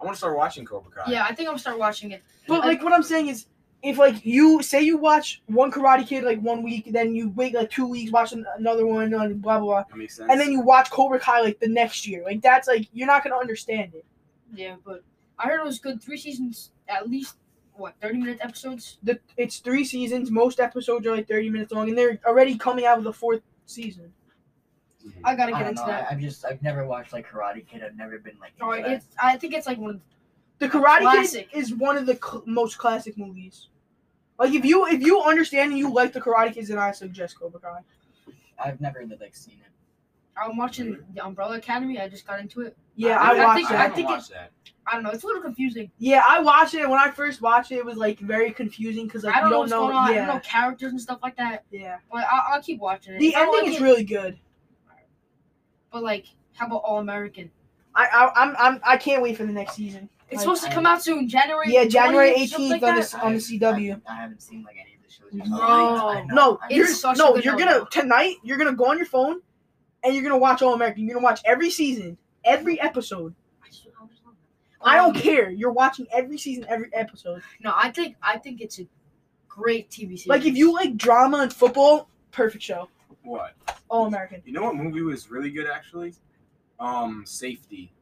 B: I want to start watching Cobra Kai.
D: Yeah, I think I'm gonna start watching it.
A: but like what I'm saying is if like you say you watch one Karate Kid like one week, then you wait like two weeks, watch an- another one, and blah blah blah,
B: That makes sense.
A: and then you watch Cobra Kai like the next year, like that's like you're not gonna understand it.
D: Yeah, but I heard it was good. Three seasons, at least what thirty minute episodes.
A: The, it's three seasons, most episodes are like 30 minutes long, and they're already coming out with the fourth season.
B: Mhm.
D: I gotta
C: I
D: get
C: don't
D: into
C: know. I,
D: that.
C: I've just I've never watched like Karate Kid. I've never been like.
D: Sorry,
C: into that.
D: it's I think it's like one. Of,
A: The Karate Kid
D: Classic.
A: is one of the cl- most classic movies. Like if you if you understand and you like the Karate Kids, then I suggest Cobra Kai.
C: I've never like seen it.
D: I'm watching the Umbrella Academy. I just got into it.
A: Yeah,
D: I-
A: I,
D: I
A: watched
D: think-
A: it.
D: I
B: haven't
D: think it-
B: watched that.
D: I don't know. It's a little confusing.
A: yeah, I watched it. and When I first watched it, it was like very confusing because like
D: I don't know
A: you
D: what's
A: don't know.
D: going on. I
A: Yeah,
D: don't know characters and stuff like that.
A: yeah.
D: But I- I'll keep watching it.
A: The
D: If I
A: ending
D: like
A: is
D: it-
A: really good.
D: But like, how about All American?
A: I, I I'm I'm I can't wait for the next season.
D: It's
A: Like,
D: supposed to
C: I-
D: come out soon, January.
A: Yeah, January
D: 20th, something
A: eighteenth
D: like
A: on
D: that.
A: this on the CW.
C: I, haven't seen like any of the shows.
B: Bro.
C: I know,
A: No,
C: I
D: It's
A: you're,
C: know.
D: such a
A: no,
D: good
A: you're
D: novella.
A: gonna tonight. You're gonna go on your phone, and you're gonna watch All American. You're gonna watch every season, every episode.
D: I just- I just love that.
A: I don't
D: Um,
A: care. You're watching every season, every episode.
D: No, I think I think it's a great TV series.
A: Like if you like drama and football, perfect show.
B: What?
A: All American.
B: You know what movie was really good actually? Um, Safety.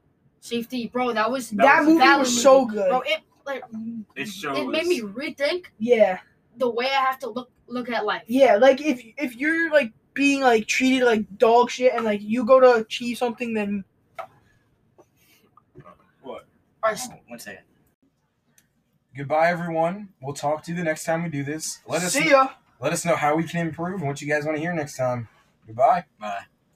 D: safety, bro, that was
B: That
A: That,
B: was a
A: movie
D: valid
A: was so good.
D: bro. It like mm,
B: It shows.
D: it made me rethink
A: Yeah,
D: the way I have to look look at life.
A: yeah. Like if if you're like being like treated like dog shit, and like you go to achieve something, then
D: Or s-
C: One second.
B: Goodbye, everyone. We'll talk to you the next time we do this. Let us
A: see ya.
B: let us know how we can improve and what you guys want to hear next time. Goodbye.
C: Bye.